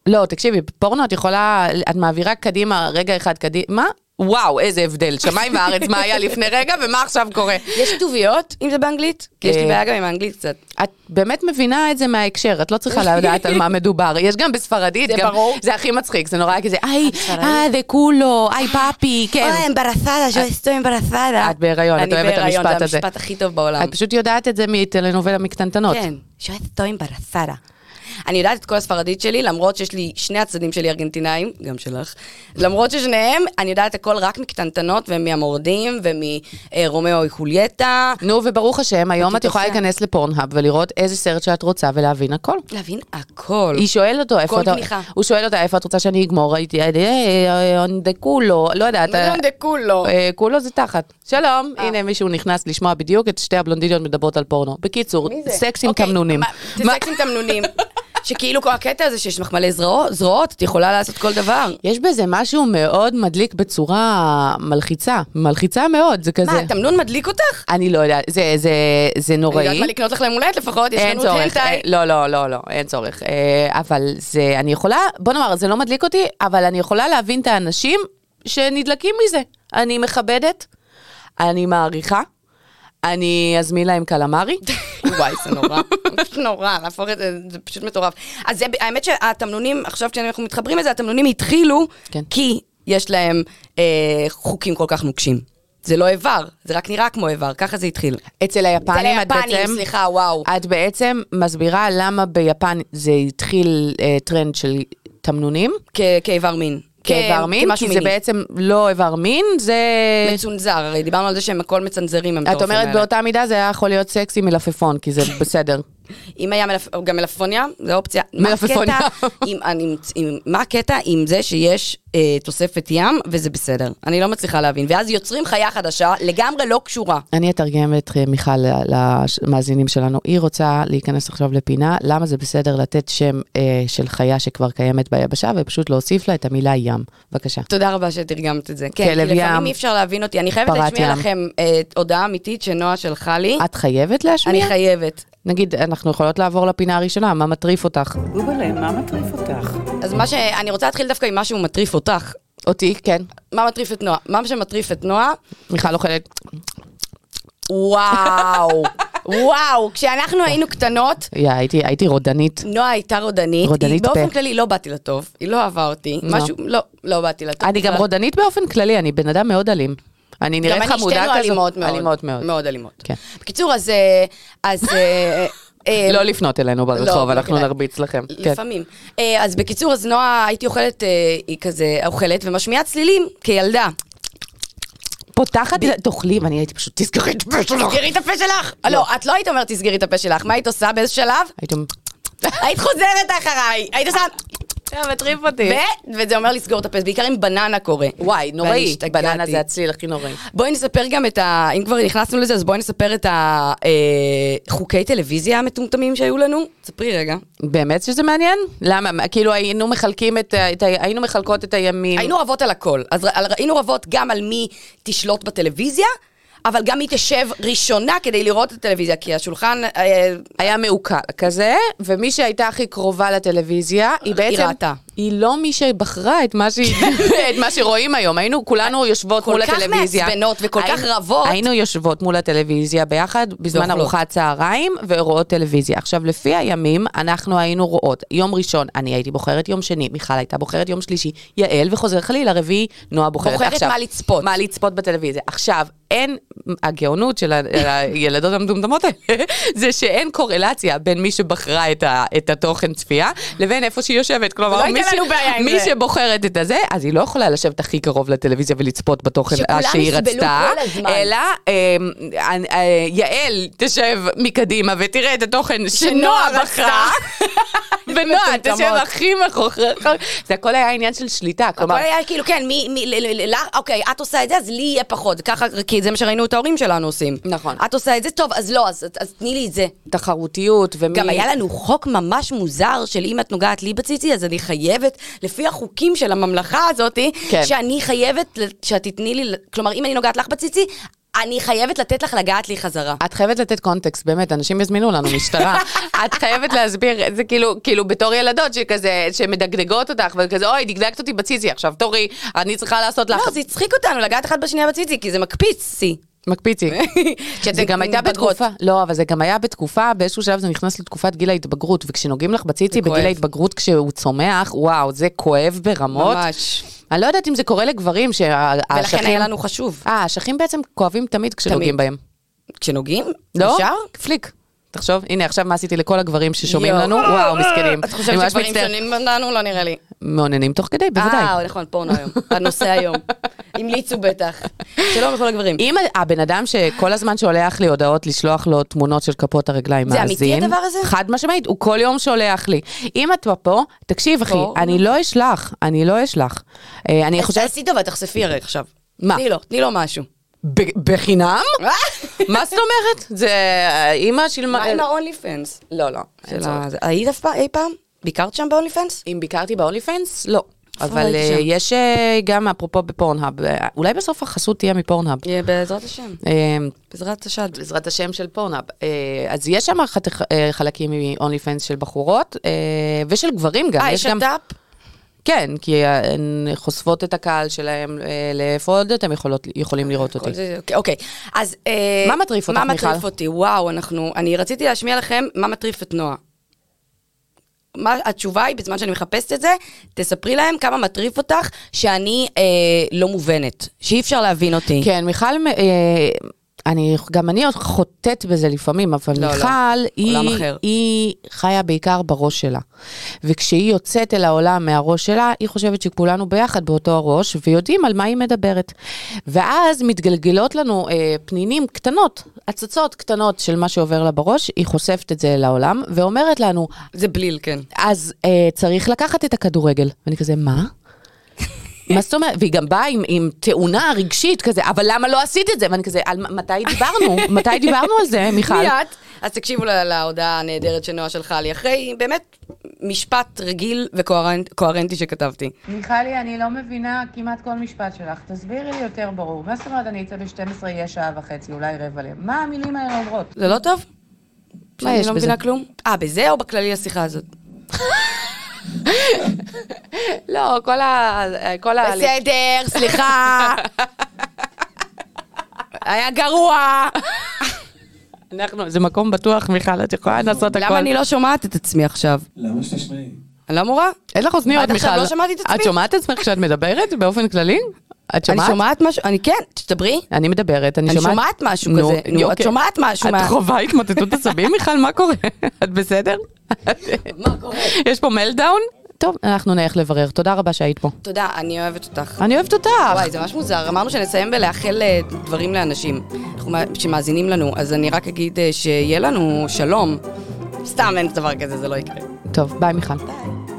[SPEAKER 4] לא, תקשיבי, פורנו את יכולה... את מעבירה קדימה רגע אחד קדימה. מה? וואו, איזה הבדל. שמיים וארץ, מה היה לפני רגע ומה עכשיו קורה.
[SPEAKER 2] יש כתוביות, אם זה באנגלית? כי יש לי
[SPEAKER 4] אה.
[SPEAKER 2] בעיה גם עם האנגלית קצת.
[SPEAKER 4] את באמת מבינה את זה מההקשר, את לא צריכה לדעת על מה מדובר. יש גם בספרדית,
[SPEAKER 2] זה
[SPEAKER 4] גם,
[SPEAKER 2] ברור.
[SPEAKER 4] זה הכי מצחיק, זה נורא כזה, איי, אה, זה כולו, איי פאפי, כן.
[SPEAKER 2] אמברסדה, ז'ו אסטוי אמברסדה.
[SPEAKER 4] את בהיריון, את אוהבת את המשפט הזה.
[SPEAKER 2] זה המשפט הכי טוב בעולם.
[SPEAKER 4] את פשוט יודעת את זה מטלנובלה מקטנטנות.
[SPEAKER 2] כן, ז'ו אסטוי אמברסדה. אני יודעת את כל הספרדית שלי, למרות שיש לי, שני הצדדים שלי ארגנטינאים, גם שלך, למרות ששניהם, אני יודעת הכל רק מקטנטנות ומהמורדים ומרומאו וחולייטה.
[SPEAKER 4] נו, וברוך השם, היום את
[SPEAKER 2] ותתעושה.
[SPEAKER 4] יכולה להיכנס לפורנהאב ולראות איזה סרט שאת רוצה ולהבין הכל.
[SPEAKER 2] להבין הכל.
[SPEAKER 4] היא שואלת אותו איפה
[SPEAKER 2] כל
[SPEAKER 4] אתה...
[SPEAKER 2] תמיכה.
[SPEAKER 4] הוא שואל אותה איפה את רוצה שאני אגמור, הייתי, "אה, און דה כולו, לא יודעת.
[SPEAKER 2] מה זה on the אה. culo?
[SPEAKER 4] אה, כולו זה תחת. שלום, הנה מישהו נכנס לשמוע בדיוק את שתי הבלונדיניות מדברות על פורנו. בקיצור,
[SPEAKER 2] מי זה?
[SPEAKER 4] סקסים
[SPEAKER 2] אוקיי,
[SPEAKER 4] תמנונים.
[SPEAKER 2] מה-
[SPEAKER 4] מה-
[SPEAKER 2] סקסים תמנונים. שכאילו כל הקטע הזה שיש לך מלא זרוע- זרועות, את יכולה לעשות כל דבר.
[SPEAKER 4] יש בזה משהו מאוד מדליק בצורה מלחיצה, מלחיצה מאוד, זה כזה.
[SPEAKER 2] מה, התמנון מדליק אותך?
[SPEAKER 4] אני לא יודעת, זה, זה, זה
[SPEAKER 2] אני
[SPEAKER 4] נוראי.
[SPEAKER 2] יודעת מה לקנות לך ליום הולדת לפחות, יש
[SPEAKER 4] אין
[SPEAKER 2] לנו
[SPEAKER 4] צורך, אה,
[SPEAKER 2] טנטאי.
[SPEAKER 4] לא, לא, לא, לא, אין צורך. אה, אבל זה, אני יכולה, בוא נאמר, זה לא מדליק אותי, אבל אני יכולה להבין את האנשים שנדלקים מזה. אני מכבדת, אני מעריכה, אני אזמין להם קלמרי. לא.
[SPEAKER 2] וואי, זה נורא. נורא, להפוך את זה, זה פשוט מטורף. אז זה, האמת שהתמנונים, עכשיו כשאנחנו מתחברים לזה, התמנונים התחילו,
[SPEAKER 4] כן.
[SPEAKER 2] כי יש להם אה, חוקים כל כך נוקשים. זה לא איבר, זה רק נראה כמו איבר, ככה זה התחיל.
[SPEAKER 4] אצל היפנים
[SPEAKER 2] אצל
[SPEAKER 4] את בעצם...
[SPEAKER 2] היפנים, סליחה, וואו.
[SPEAKER 4] את בעצם מסבירה למה ביפן זה התחיל אה, טרנד של תמנונים,
[SPEAKER 2] כ- כאיבר מין.
[SPEAKER 4] כאיבר
[SPEAKER 2] כ-
[SPEAKER 4] מין,
[SPEAKER 2] כן, כמשהו
[SPEAKER 4] כי זה
[SPEAKER 2] מיני.
[SPEAKER 4] בעצם לא איבר מין, זה...
[SPEAKER 2] מצונזר, הרי דיברנו על זה שהם הכל מצנזרים,
[SPEAKER 4] אה, את
[SPEAKER 2] המטורפים
[SPEAKER 4] אומרת
[SPEAKER 2] האלה.
[SPEAKER 4] באותה מידה זה היה יכול להיות סקסי מלפפון, כי זה בסדר.
[SPEAKER 2] אם היה מלפ... גם מלפפוניה, זו אופציה.
[SPEAKER 4] מלפפוניה.
[SPEAKER 2] מה הקטע עם, עם, עם, מה הקטע עם זה שיש אה, תוספת ים וזה בסדר? אני לא מצליחה להבין. ואז יוצרים חיה חדשה, לגמרי לא קשורה.
[SPEAKER 4] אני אתרגם את אה, מיכל ל- למאזינים שלנו. היא רוצה להיכנס עכשיו לפינה, למה זה בסדר לתת שם אה, של חיה שכבר קיימת ביבשה, ופשוט להוסיף לה את המילה ים. בבקשה.
[SPEAKER 2] תודה רבה שתרגמת את זה. כן,
[SPEAKER 4] כלב
[SPEAKER 2] כי לפעמים
[SPEAKER 4] ים.
[SPEAKER 2] אי אפשר להבין אותי. אני חייבת
[SPEAKER 4] פרת
[SPEAKER 2] להשמיע
[SPEAKER 4] ים.
[SPEAKER 2] לכם אה, הודעה אמיתית שנועה שלחה לי.
[SPEAKER 4] את חייבת להשמיע?
[SPEAKER 2] אני חייבת.
[SPEAKER 4] נגיד, אנחנו יכולות לעבור לפינה הראשונה, מה מטריף אותך?
[SPEAKER 5] בובלה, מה מטריף אותך?
[SPEAKER 2] אז מה ש... אני רוצה להתחיל דווקא עם משהו מטריף אותך.
[SPEAKER 4] אותי, כן.
[SPEAKER 2] מה מטריף את נועה? מה שמטריף את נועה?
[SPEAKER 4] מיכל אוכלת
[SPEAKER 2] וואו. וואו, כשאנחנו היינו קטנות,
[SPEAKER 4] יא, הייתי, הייתי רודנית.
[SPEAKER 2] נועה הייתה רודנית.
[SPEAKER 4] רודנית
[SPEAKER 2] היא באופן
[SPEAKER 4] פה.
[SPEAKER 2] כללי לא באתי לטוב, היא לא אהבה אותי.
[SPEAKER 4] לא.
[SPEAKER 2] משהו, לא, לא באתי לטוב.
[SPEAKER 4] אני גם
[SPEAKER 2] בכלל.
[SPEAKER 4] רודנית באופן כללי, אני בן אדם מאוד אלים. אני נראית
[SPEAKER 2] גם אני,
[SPEAKER 4] חמודה כזו.
[SPEAKER 2] שתינו אלימות מאוד.
[SPEAKER 4] אלימות מאוד.
[SPEAKER 2] מאוד אלימות.
[SPEAKER 4] כן.
[SPEAKER 2] בקיצור, אז... אה, אז אה, אה,
[SPEAKER 4] לא לפנות אלינו ברחוב,
[SPEAKER 2] לא
[SPEAKER 4] אנחנו
[SPEAKER 2] כדאי.
[SPEAKER 4] נרביץ לכם. כן.
[SPEAKER 2] לפעמים. אה, אז בקיצור, אז נועה, הייתי אוכלת, אה, היא כזה אוכלת ומשמיעה צלילים כילדה.
[SPEAKER 4] פותחת, תאכלים, אני הייתי פשוט, תזכרי את הפה שלך.
[SPEAKER 2] תסגרי את הפה שלך. לא, את לא היית אומרת תסגרי את הפה שלך, מה היית עושה באיזה שלב?
[SPEAKER 4] הייתי אומרת,
[SPEAKER 2] היית חוזרת אחריי, היית עושה...
[SPEAKER 4] זה מטריף אותי.
[SPEAKER 2] ו- וזה אומר לסגור את הפה, זה בעיקר עם בננה קורה.
[SPEAKER 4] וואי,
[SPEAKER 2] ואני
[SPEAKER 4] נוראי.
[SPEAKER 2] השתגעתי.
[SPEAKER 4] בננה זה הצליל הכי נוראי.
[SPEAKER 2] בואי נספר גם את ה... אם כבר נכנסנו לזה, אז בואי נספר את החוקי טלוויזיה המטומטמים שהיו לנו. ספרי רגע.
[SPEAKER 4] באמת שזה מעניין? למה? מה, כאילו היינו מחלקים את ה... את ה- היינו מחלקות את הימים.
[SPEAKER 2] היינו רבות על הכל. אז ר- על- היינו רבות גם על מי תשלוט בטלוויזיה, אבל גם מי תשב ראשונה כדי לראות את הטלוויזיה, כי השולחן... אה,
[SPEAKER 4] היה מעוקל כזה, ומי שהייתה הכי קרובה לטלוויזיה, היא בעצם...
[SPEAKER 2] ראתה.
[SPEAKER 4] היא לא מי שבחרה את מה, שהיא, את מה שרואים היום. היינו כולנו יושבות
[SPEAKER 2] כל
[SPEAKER 4] מול
[SPEAKER 2] כך
[SPEAKER 4] הטלוויזיה.
[SPEAKER 2] מעצבנות וכל כך
[SPEAKER 4] היינו-
[SPEAKER 2] רבות.
[SPEAKER 4] היינו יושבות מול הטלוויזיה ביחד בזמן
[SPEAKER 2] ואוכלות.
[SPEAKER 4] ארוחת צהריים ורואות טלוויזיה. עכשיו, לפי הימים, אנחנו היינו רואות. יום ראשון, אני הייתי בוחרת יום שני, מיכל הייתה בוחרת יום שלישי, יעל, וחוזר חלילה, רביעי, נועה בוחרת,
[SPEAKER 2] בוחרת
[SPEAKER 4] עכשיו.
[SPEAKER 2] מה לצפות.
[SPEAKER 4] מה לצפות בטלוויזיה. עכשיו, אין, הגאונות של ה- הילדות המדומדמות האלה, זה שאין קורלציה בין מי שבחרה את, ה, את התוכן צפייה, לבין איפה שהיא יושבת. כלומר,
[SPEAKER 2] לא
[SPEAKER 4] מי,
[SPEAKER 2] הייתה לנו בעיה עם
[SPEAKER 4] מי
[SPEAKER 2] זה.
[SPEAKER 4] שבוחרת את הזה, אז היא לא יכולה לשבת הכי קרוב לטלוויזיה ולצפות בתוכן
[SPEAKER 2] שכולם
[SPEAKER 4] שהיא
[SPEAKER 2] יסבלו
[SPEAKER 4] רצתה,
[SPEAKER 2] כל הזמן.
[SPEAKER 4] אלא אה, אה, אה, יעל תשב מקדימה ותראה את התוכן שנועה
[SPEAKER 2] שנועה
[SPEAKER 4] בחרה. ונועה, תשב
[SPEAKER 2] מטומטמות.
[SPEAKER 4] הכי מכוח, זה הכל היה עניין של שליטה,
[SPEAKER 2] הכל
[SPEAKER 4] כלומר,
[SPEAKER 2] היה כאילו, כן, מי, מי, ל- ל- ל- לך, אוקיי, את עושה את זה, אז לי יהיה פחות. ככה, כי זה מה שראינו את ההורים שלנו עושים.
[SPEAKER 4] נכון.
[SPEAKER 2] את עושה את זה, טוב, אז לא, אז, אז תני לי את זה.
[SPEAKER 4] תחרותיות ומי...
[SPEAKER 2] גם היה לנו חוק ממש מוזר של אם את נוגעת לי בציצי, אז אני חייבת, לפי החוקים של הממלכה הזאת,
[SPEAKER 4] כן.
[SPEAKER 2] כן. שאני חייבת, ל- שאת תתני לי, ל- כלומר, אם אני נוגעת לך בציצי, אני חייבת לתת לך לגעת לי חזרה.
[SPEAKER 4] את חייבת לתת קונטקסט, באמת, אנשים יזמינו לנו משטרה. את חייבת להסביר, זה כאילו, כאילו בתור ילדות שכזה, שמדגדגות אותך, וכזה, אוי, דגדגת אותי בציצי עכשיו, תורי, אני צריכה לעשות לך...
[SPEAKER 2] לא, זה הצחיק אותנו לגעת אחת בשנייה בציצי, כי זה מקפיץ סי.
[SPEAKER 4] מקפיצי.
[SPEAKER 2] כשאתם
[SPEAKER 4] זה גם הייתה
[SPEAKER 2] מתבגרות.
[SPEAKER 4] בתקופה, לא, אבל זה גם היה בתקופה, באיזשהו שלב זה נכנס לתקופת גיל ההתבגרות, וכשנוגעים לך בציצי
[SPEAKER 2] זה
[SPEAKER 4] בגיל
[SPEAKER 2] כואב.
[SPEAKER 4] ההתבגרות כשהוא צומח, וואו, זה כואב ברמות.
[SPEAKER 2] ממש.
[SPEAKER 4] אני לא יודעת אם זה קורה לגברים, שהאשכים...
[SPEAKER 2] ולכן היה לנו חשוב.
[SPEAKER 4] אה, האשכים בעצם כואבים תמיד כשנוגעים
[SPEAKER 2] תמיד.
[SPEAKER 4] בהם.
[SPEAKER 2] כשנוגעים?
[SPEAKER 4] לא?
[SPEAKER 2] אפשר?
[SPEAKER 4] פליק. תחשוב, הנה עכשיו מה עשיתי לכל הגברים ששומעים
[SPEAKER 2] יואו. אה,
[SPEAKER 4] לנו, וואו, מסכנים.
[SPEAKER 2] את חושבת
[SPEAKER 4] אני ממש
[SPEAKER 2] שגברים
[SPEAKER 4] מצטערת.
[SPEAKER 2] שונים בנו? לא נראה לי.
[SPEAKER 4] מעוננים תוך כדי, בוודאי.
[SPEAKER 2] אה, נכון, פורנו היום. הנושא היום. המליצו בטח. שלום לכל הגברים.
[SPEAKER 4] אם הבן אדם שכל הזמן שולח לי הודעות לשלוח לו תמונות של כפות הרגליים
[SPEAKER 2] זה
[SPEAKER 4] מאזין,
[SPEAKER 2] אמיתי הדבר הזה?
[SPEAKER 4] חד משמעית, הוא כל יום שולח לי. אם את פה, תקשיב אחי,
[SPEAKER 2] פה.
[SPEAKER 4] אני לא אשלח, אני לא אשלח. אה, אני
[SPEAKER 2] אז
[SPEAKER 4] חושבת,
[SPEAKER 2] תעשי טובה, תחשפי הרי עכשיו.
[SPEAKER 4] מה?
[SPEAKER 2] תני לו, תני לו משהו.
[SPEAKER 4] ב- בחינם?
[SPEAKER 2] אה.
[SPEAKER 4] מה זאת אומרת? זה אה, אימא שילמה...
[SPEAKER 2] מה עם ה-only fans?
[SPEAKER 4] לא, לא. אין צורך.
[SPEAKER 2] היית אף פעם- אי פעם? ביקרת שם ב-only fans?
[SPEAKER 4] אם ביקרתי באונלי פנס, לא.
[SPEAKER 2] איפה
[SPEAKER 4] אבל
[SPEAKER 2] ראיתי
[SPEAKER 4] אה,
[SPEAKER 2] שם?
[SPEAKER 4] יש אה, גם, אפרופו בפורנהאב, אה, אולי בסוף החסות תהיה מפורנהאב.
[SPEAKER 2] בעזרת השם.
[SPEAKER 4] אה,
[SPEAKER 2] בעזרת השד.
[SPEAKER 4] בעזרת השם של פורנאב. אה, אז יש שם חת- אה, חלקים מאונלי פנס של בחורות, אה, ושל גברים גם.
[SPEAKER 2] אה, יש
[SPEAKER 4] גם-
[SPEAKER 2] שת"פ?
[SPEAKER 4] כן, כי אה, הן חושפות את הקהל שלהם אה, לאיפה עוד אתם יכולות- יכולים לראות אותי.
[SPEAKER 2] כל זה- אוקיי, אוקיי, אז... אה,
[SPEAKER 4] מה מטריף אותך,
[SPEAKER 2] מה
[SPEAKER 4] מיכל?
[SPEAKER 2] מטריף אותי? וואו, אנחנו... אני רציתי להשמיע לכם מה מטריף את נועה. מה, התשובה היא, בזמן שאני מחפשת את זה, תספרי להם כמה מטריף אותך שאני אה, לא מובנת, שאי אפשר להבין אותי.
[SPEAKER 4] כן, מיכל, אה, אני, גם אני עוד חוטאת בזה לפעמים, אבל
[SPEAKER 2] לא, לא.
[SPEAKER 4] מיכל,
[SPEAKER 2] עולם
[SPEAKER 4] היא,
[SPEAKER 2] אחר.
[SPEAKER 4] היא חיה בעיקר בראש שלה. וכשהיא יוצאת אל העולם מהראש שלה, היא חושבת שכולנו ביחד באותו הראש, ויודעים על מה היא מדברת. ואז מתגלגלות לנו אה, פנינים קטנות, הצצות קטנות של מה שעובר לה בראש, היא חושפת את זה לעולם, ואומרת לנו,
[SPEAKER 2] זה בליל, כן.
[SPEAKER 4] אז אה, צריך לקחת את הכדורגל. ואני כזה, מה? מה זאת אומרת? והיא גם באה עם, עם תאונה רגשית כזה, אבל למה לא עשית את זה? ואני כזה, על מ- מתי דיברנו? מתי אה, דיברנו על זה, מיכל?
[SPEAKER 2] מי את? אז תקשיבו לה- להודעה הנהדרת שנועה שלחה לי, אחרי באמת משפט רגיל וקוהרנטי שכתבתי.
[SPEAKER 6] מיכלי, אני לא מבינה כמעט כל משפט שלך. תסבירי לי יותר ברור. מה זאת אומרת אני אצא ב-12, יהיה שעה וחצי, אולי רבע לב? מה המילים האלה אומרות?
[SPEAKER 2] זה לא טוב?
[SPEAKER 4] מה
[SPEAKER 2] שאני
[SPEAKER 4] יש
[SPEAKER 2] לא
[SPEAKER 4] בזה?
[SPEAKER 2] מבינה כלום? אה, בזה או בכללי השיחה הזאת?
[SPEAKER 4] לא, כל ה... כל ה...
[SPEAKER 2] בסדר, סליחה. היה גרוע.
[SPEAKER 4] אנחנו, זה מקום בטוח, מיכל, את יכולה לעשות הכל.
[SPEAKER 2] למה אני לא שומעת את עצמי עכשיו?
[SPEAKER 7] למה שתשמעי?
[SPEAKER 2] אני לא אמורה?
[SPEAKER 4] אין לך אוזניות,
[SPEAKER 2] עד
[SPEAKER 4] מיכל.
[SPEAKER 2] עכשיו לא שמעתי את עצמי.
[SPEAKER 4] את שומעת את עצמך כשאת מדברת באופן כללי? את
[SPEAKER 2] אני
[SPEAKER 4] שומעת?
[SPEAKER 2] שומעת משהו? אני כן, תדברי.
[SPEAKER 4] אני מדברת, אני
[SPEAKER 2] אני
[SPEAKER 4] שומעת.
[SPEAKER 2] שומעת משהו כזה. נו, את
[SPEAKER 4] אוקיי.
[SPEAKER 2] שומעת משהו
[SPEAKER 4] את
[SPEAKER 2] מה-
[SPEAKER 4] חווה התמוטטות עצבים, מיכל? מה קורה? את בסדר?
[SPEAKER 2] מה קורה?
[SPEAKER 4] יש פה מלדאון? טוב, אנחנו נלך לברר. תודה רבה שהיית פה.
[SPEAKER 2] תודה, אני אוהבת אותך.
[SPEAKER 4] אני אוהבת אותך.
[SPEAKER 2] וואי, זה ממש מוזר. אמרנו שנסיים בלאחל אה, דברים לאנשים אנחנו מא- שמאזינים לנו, אז אני רק אגיד אה, שיהיה לנו שלום. סתם, אין דבר כזה, זה לא יקרה.
[SPEAKER 4] טוב, ביי מיכל.
[SPEAKER 2] ביי.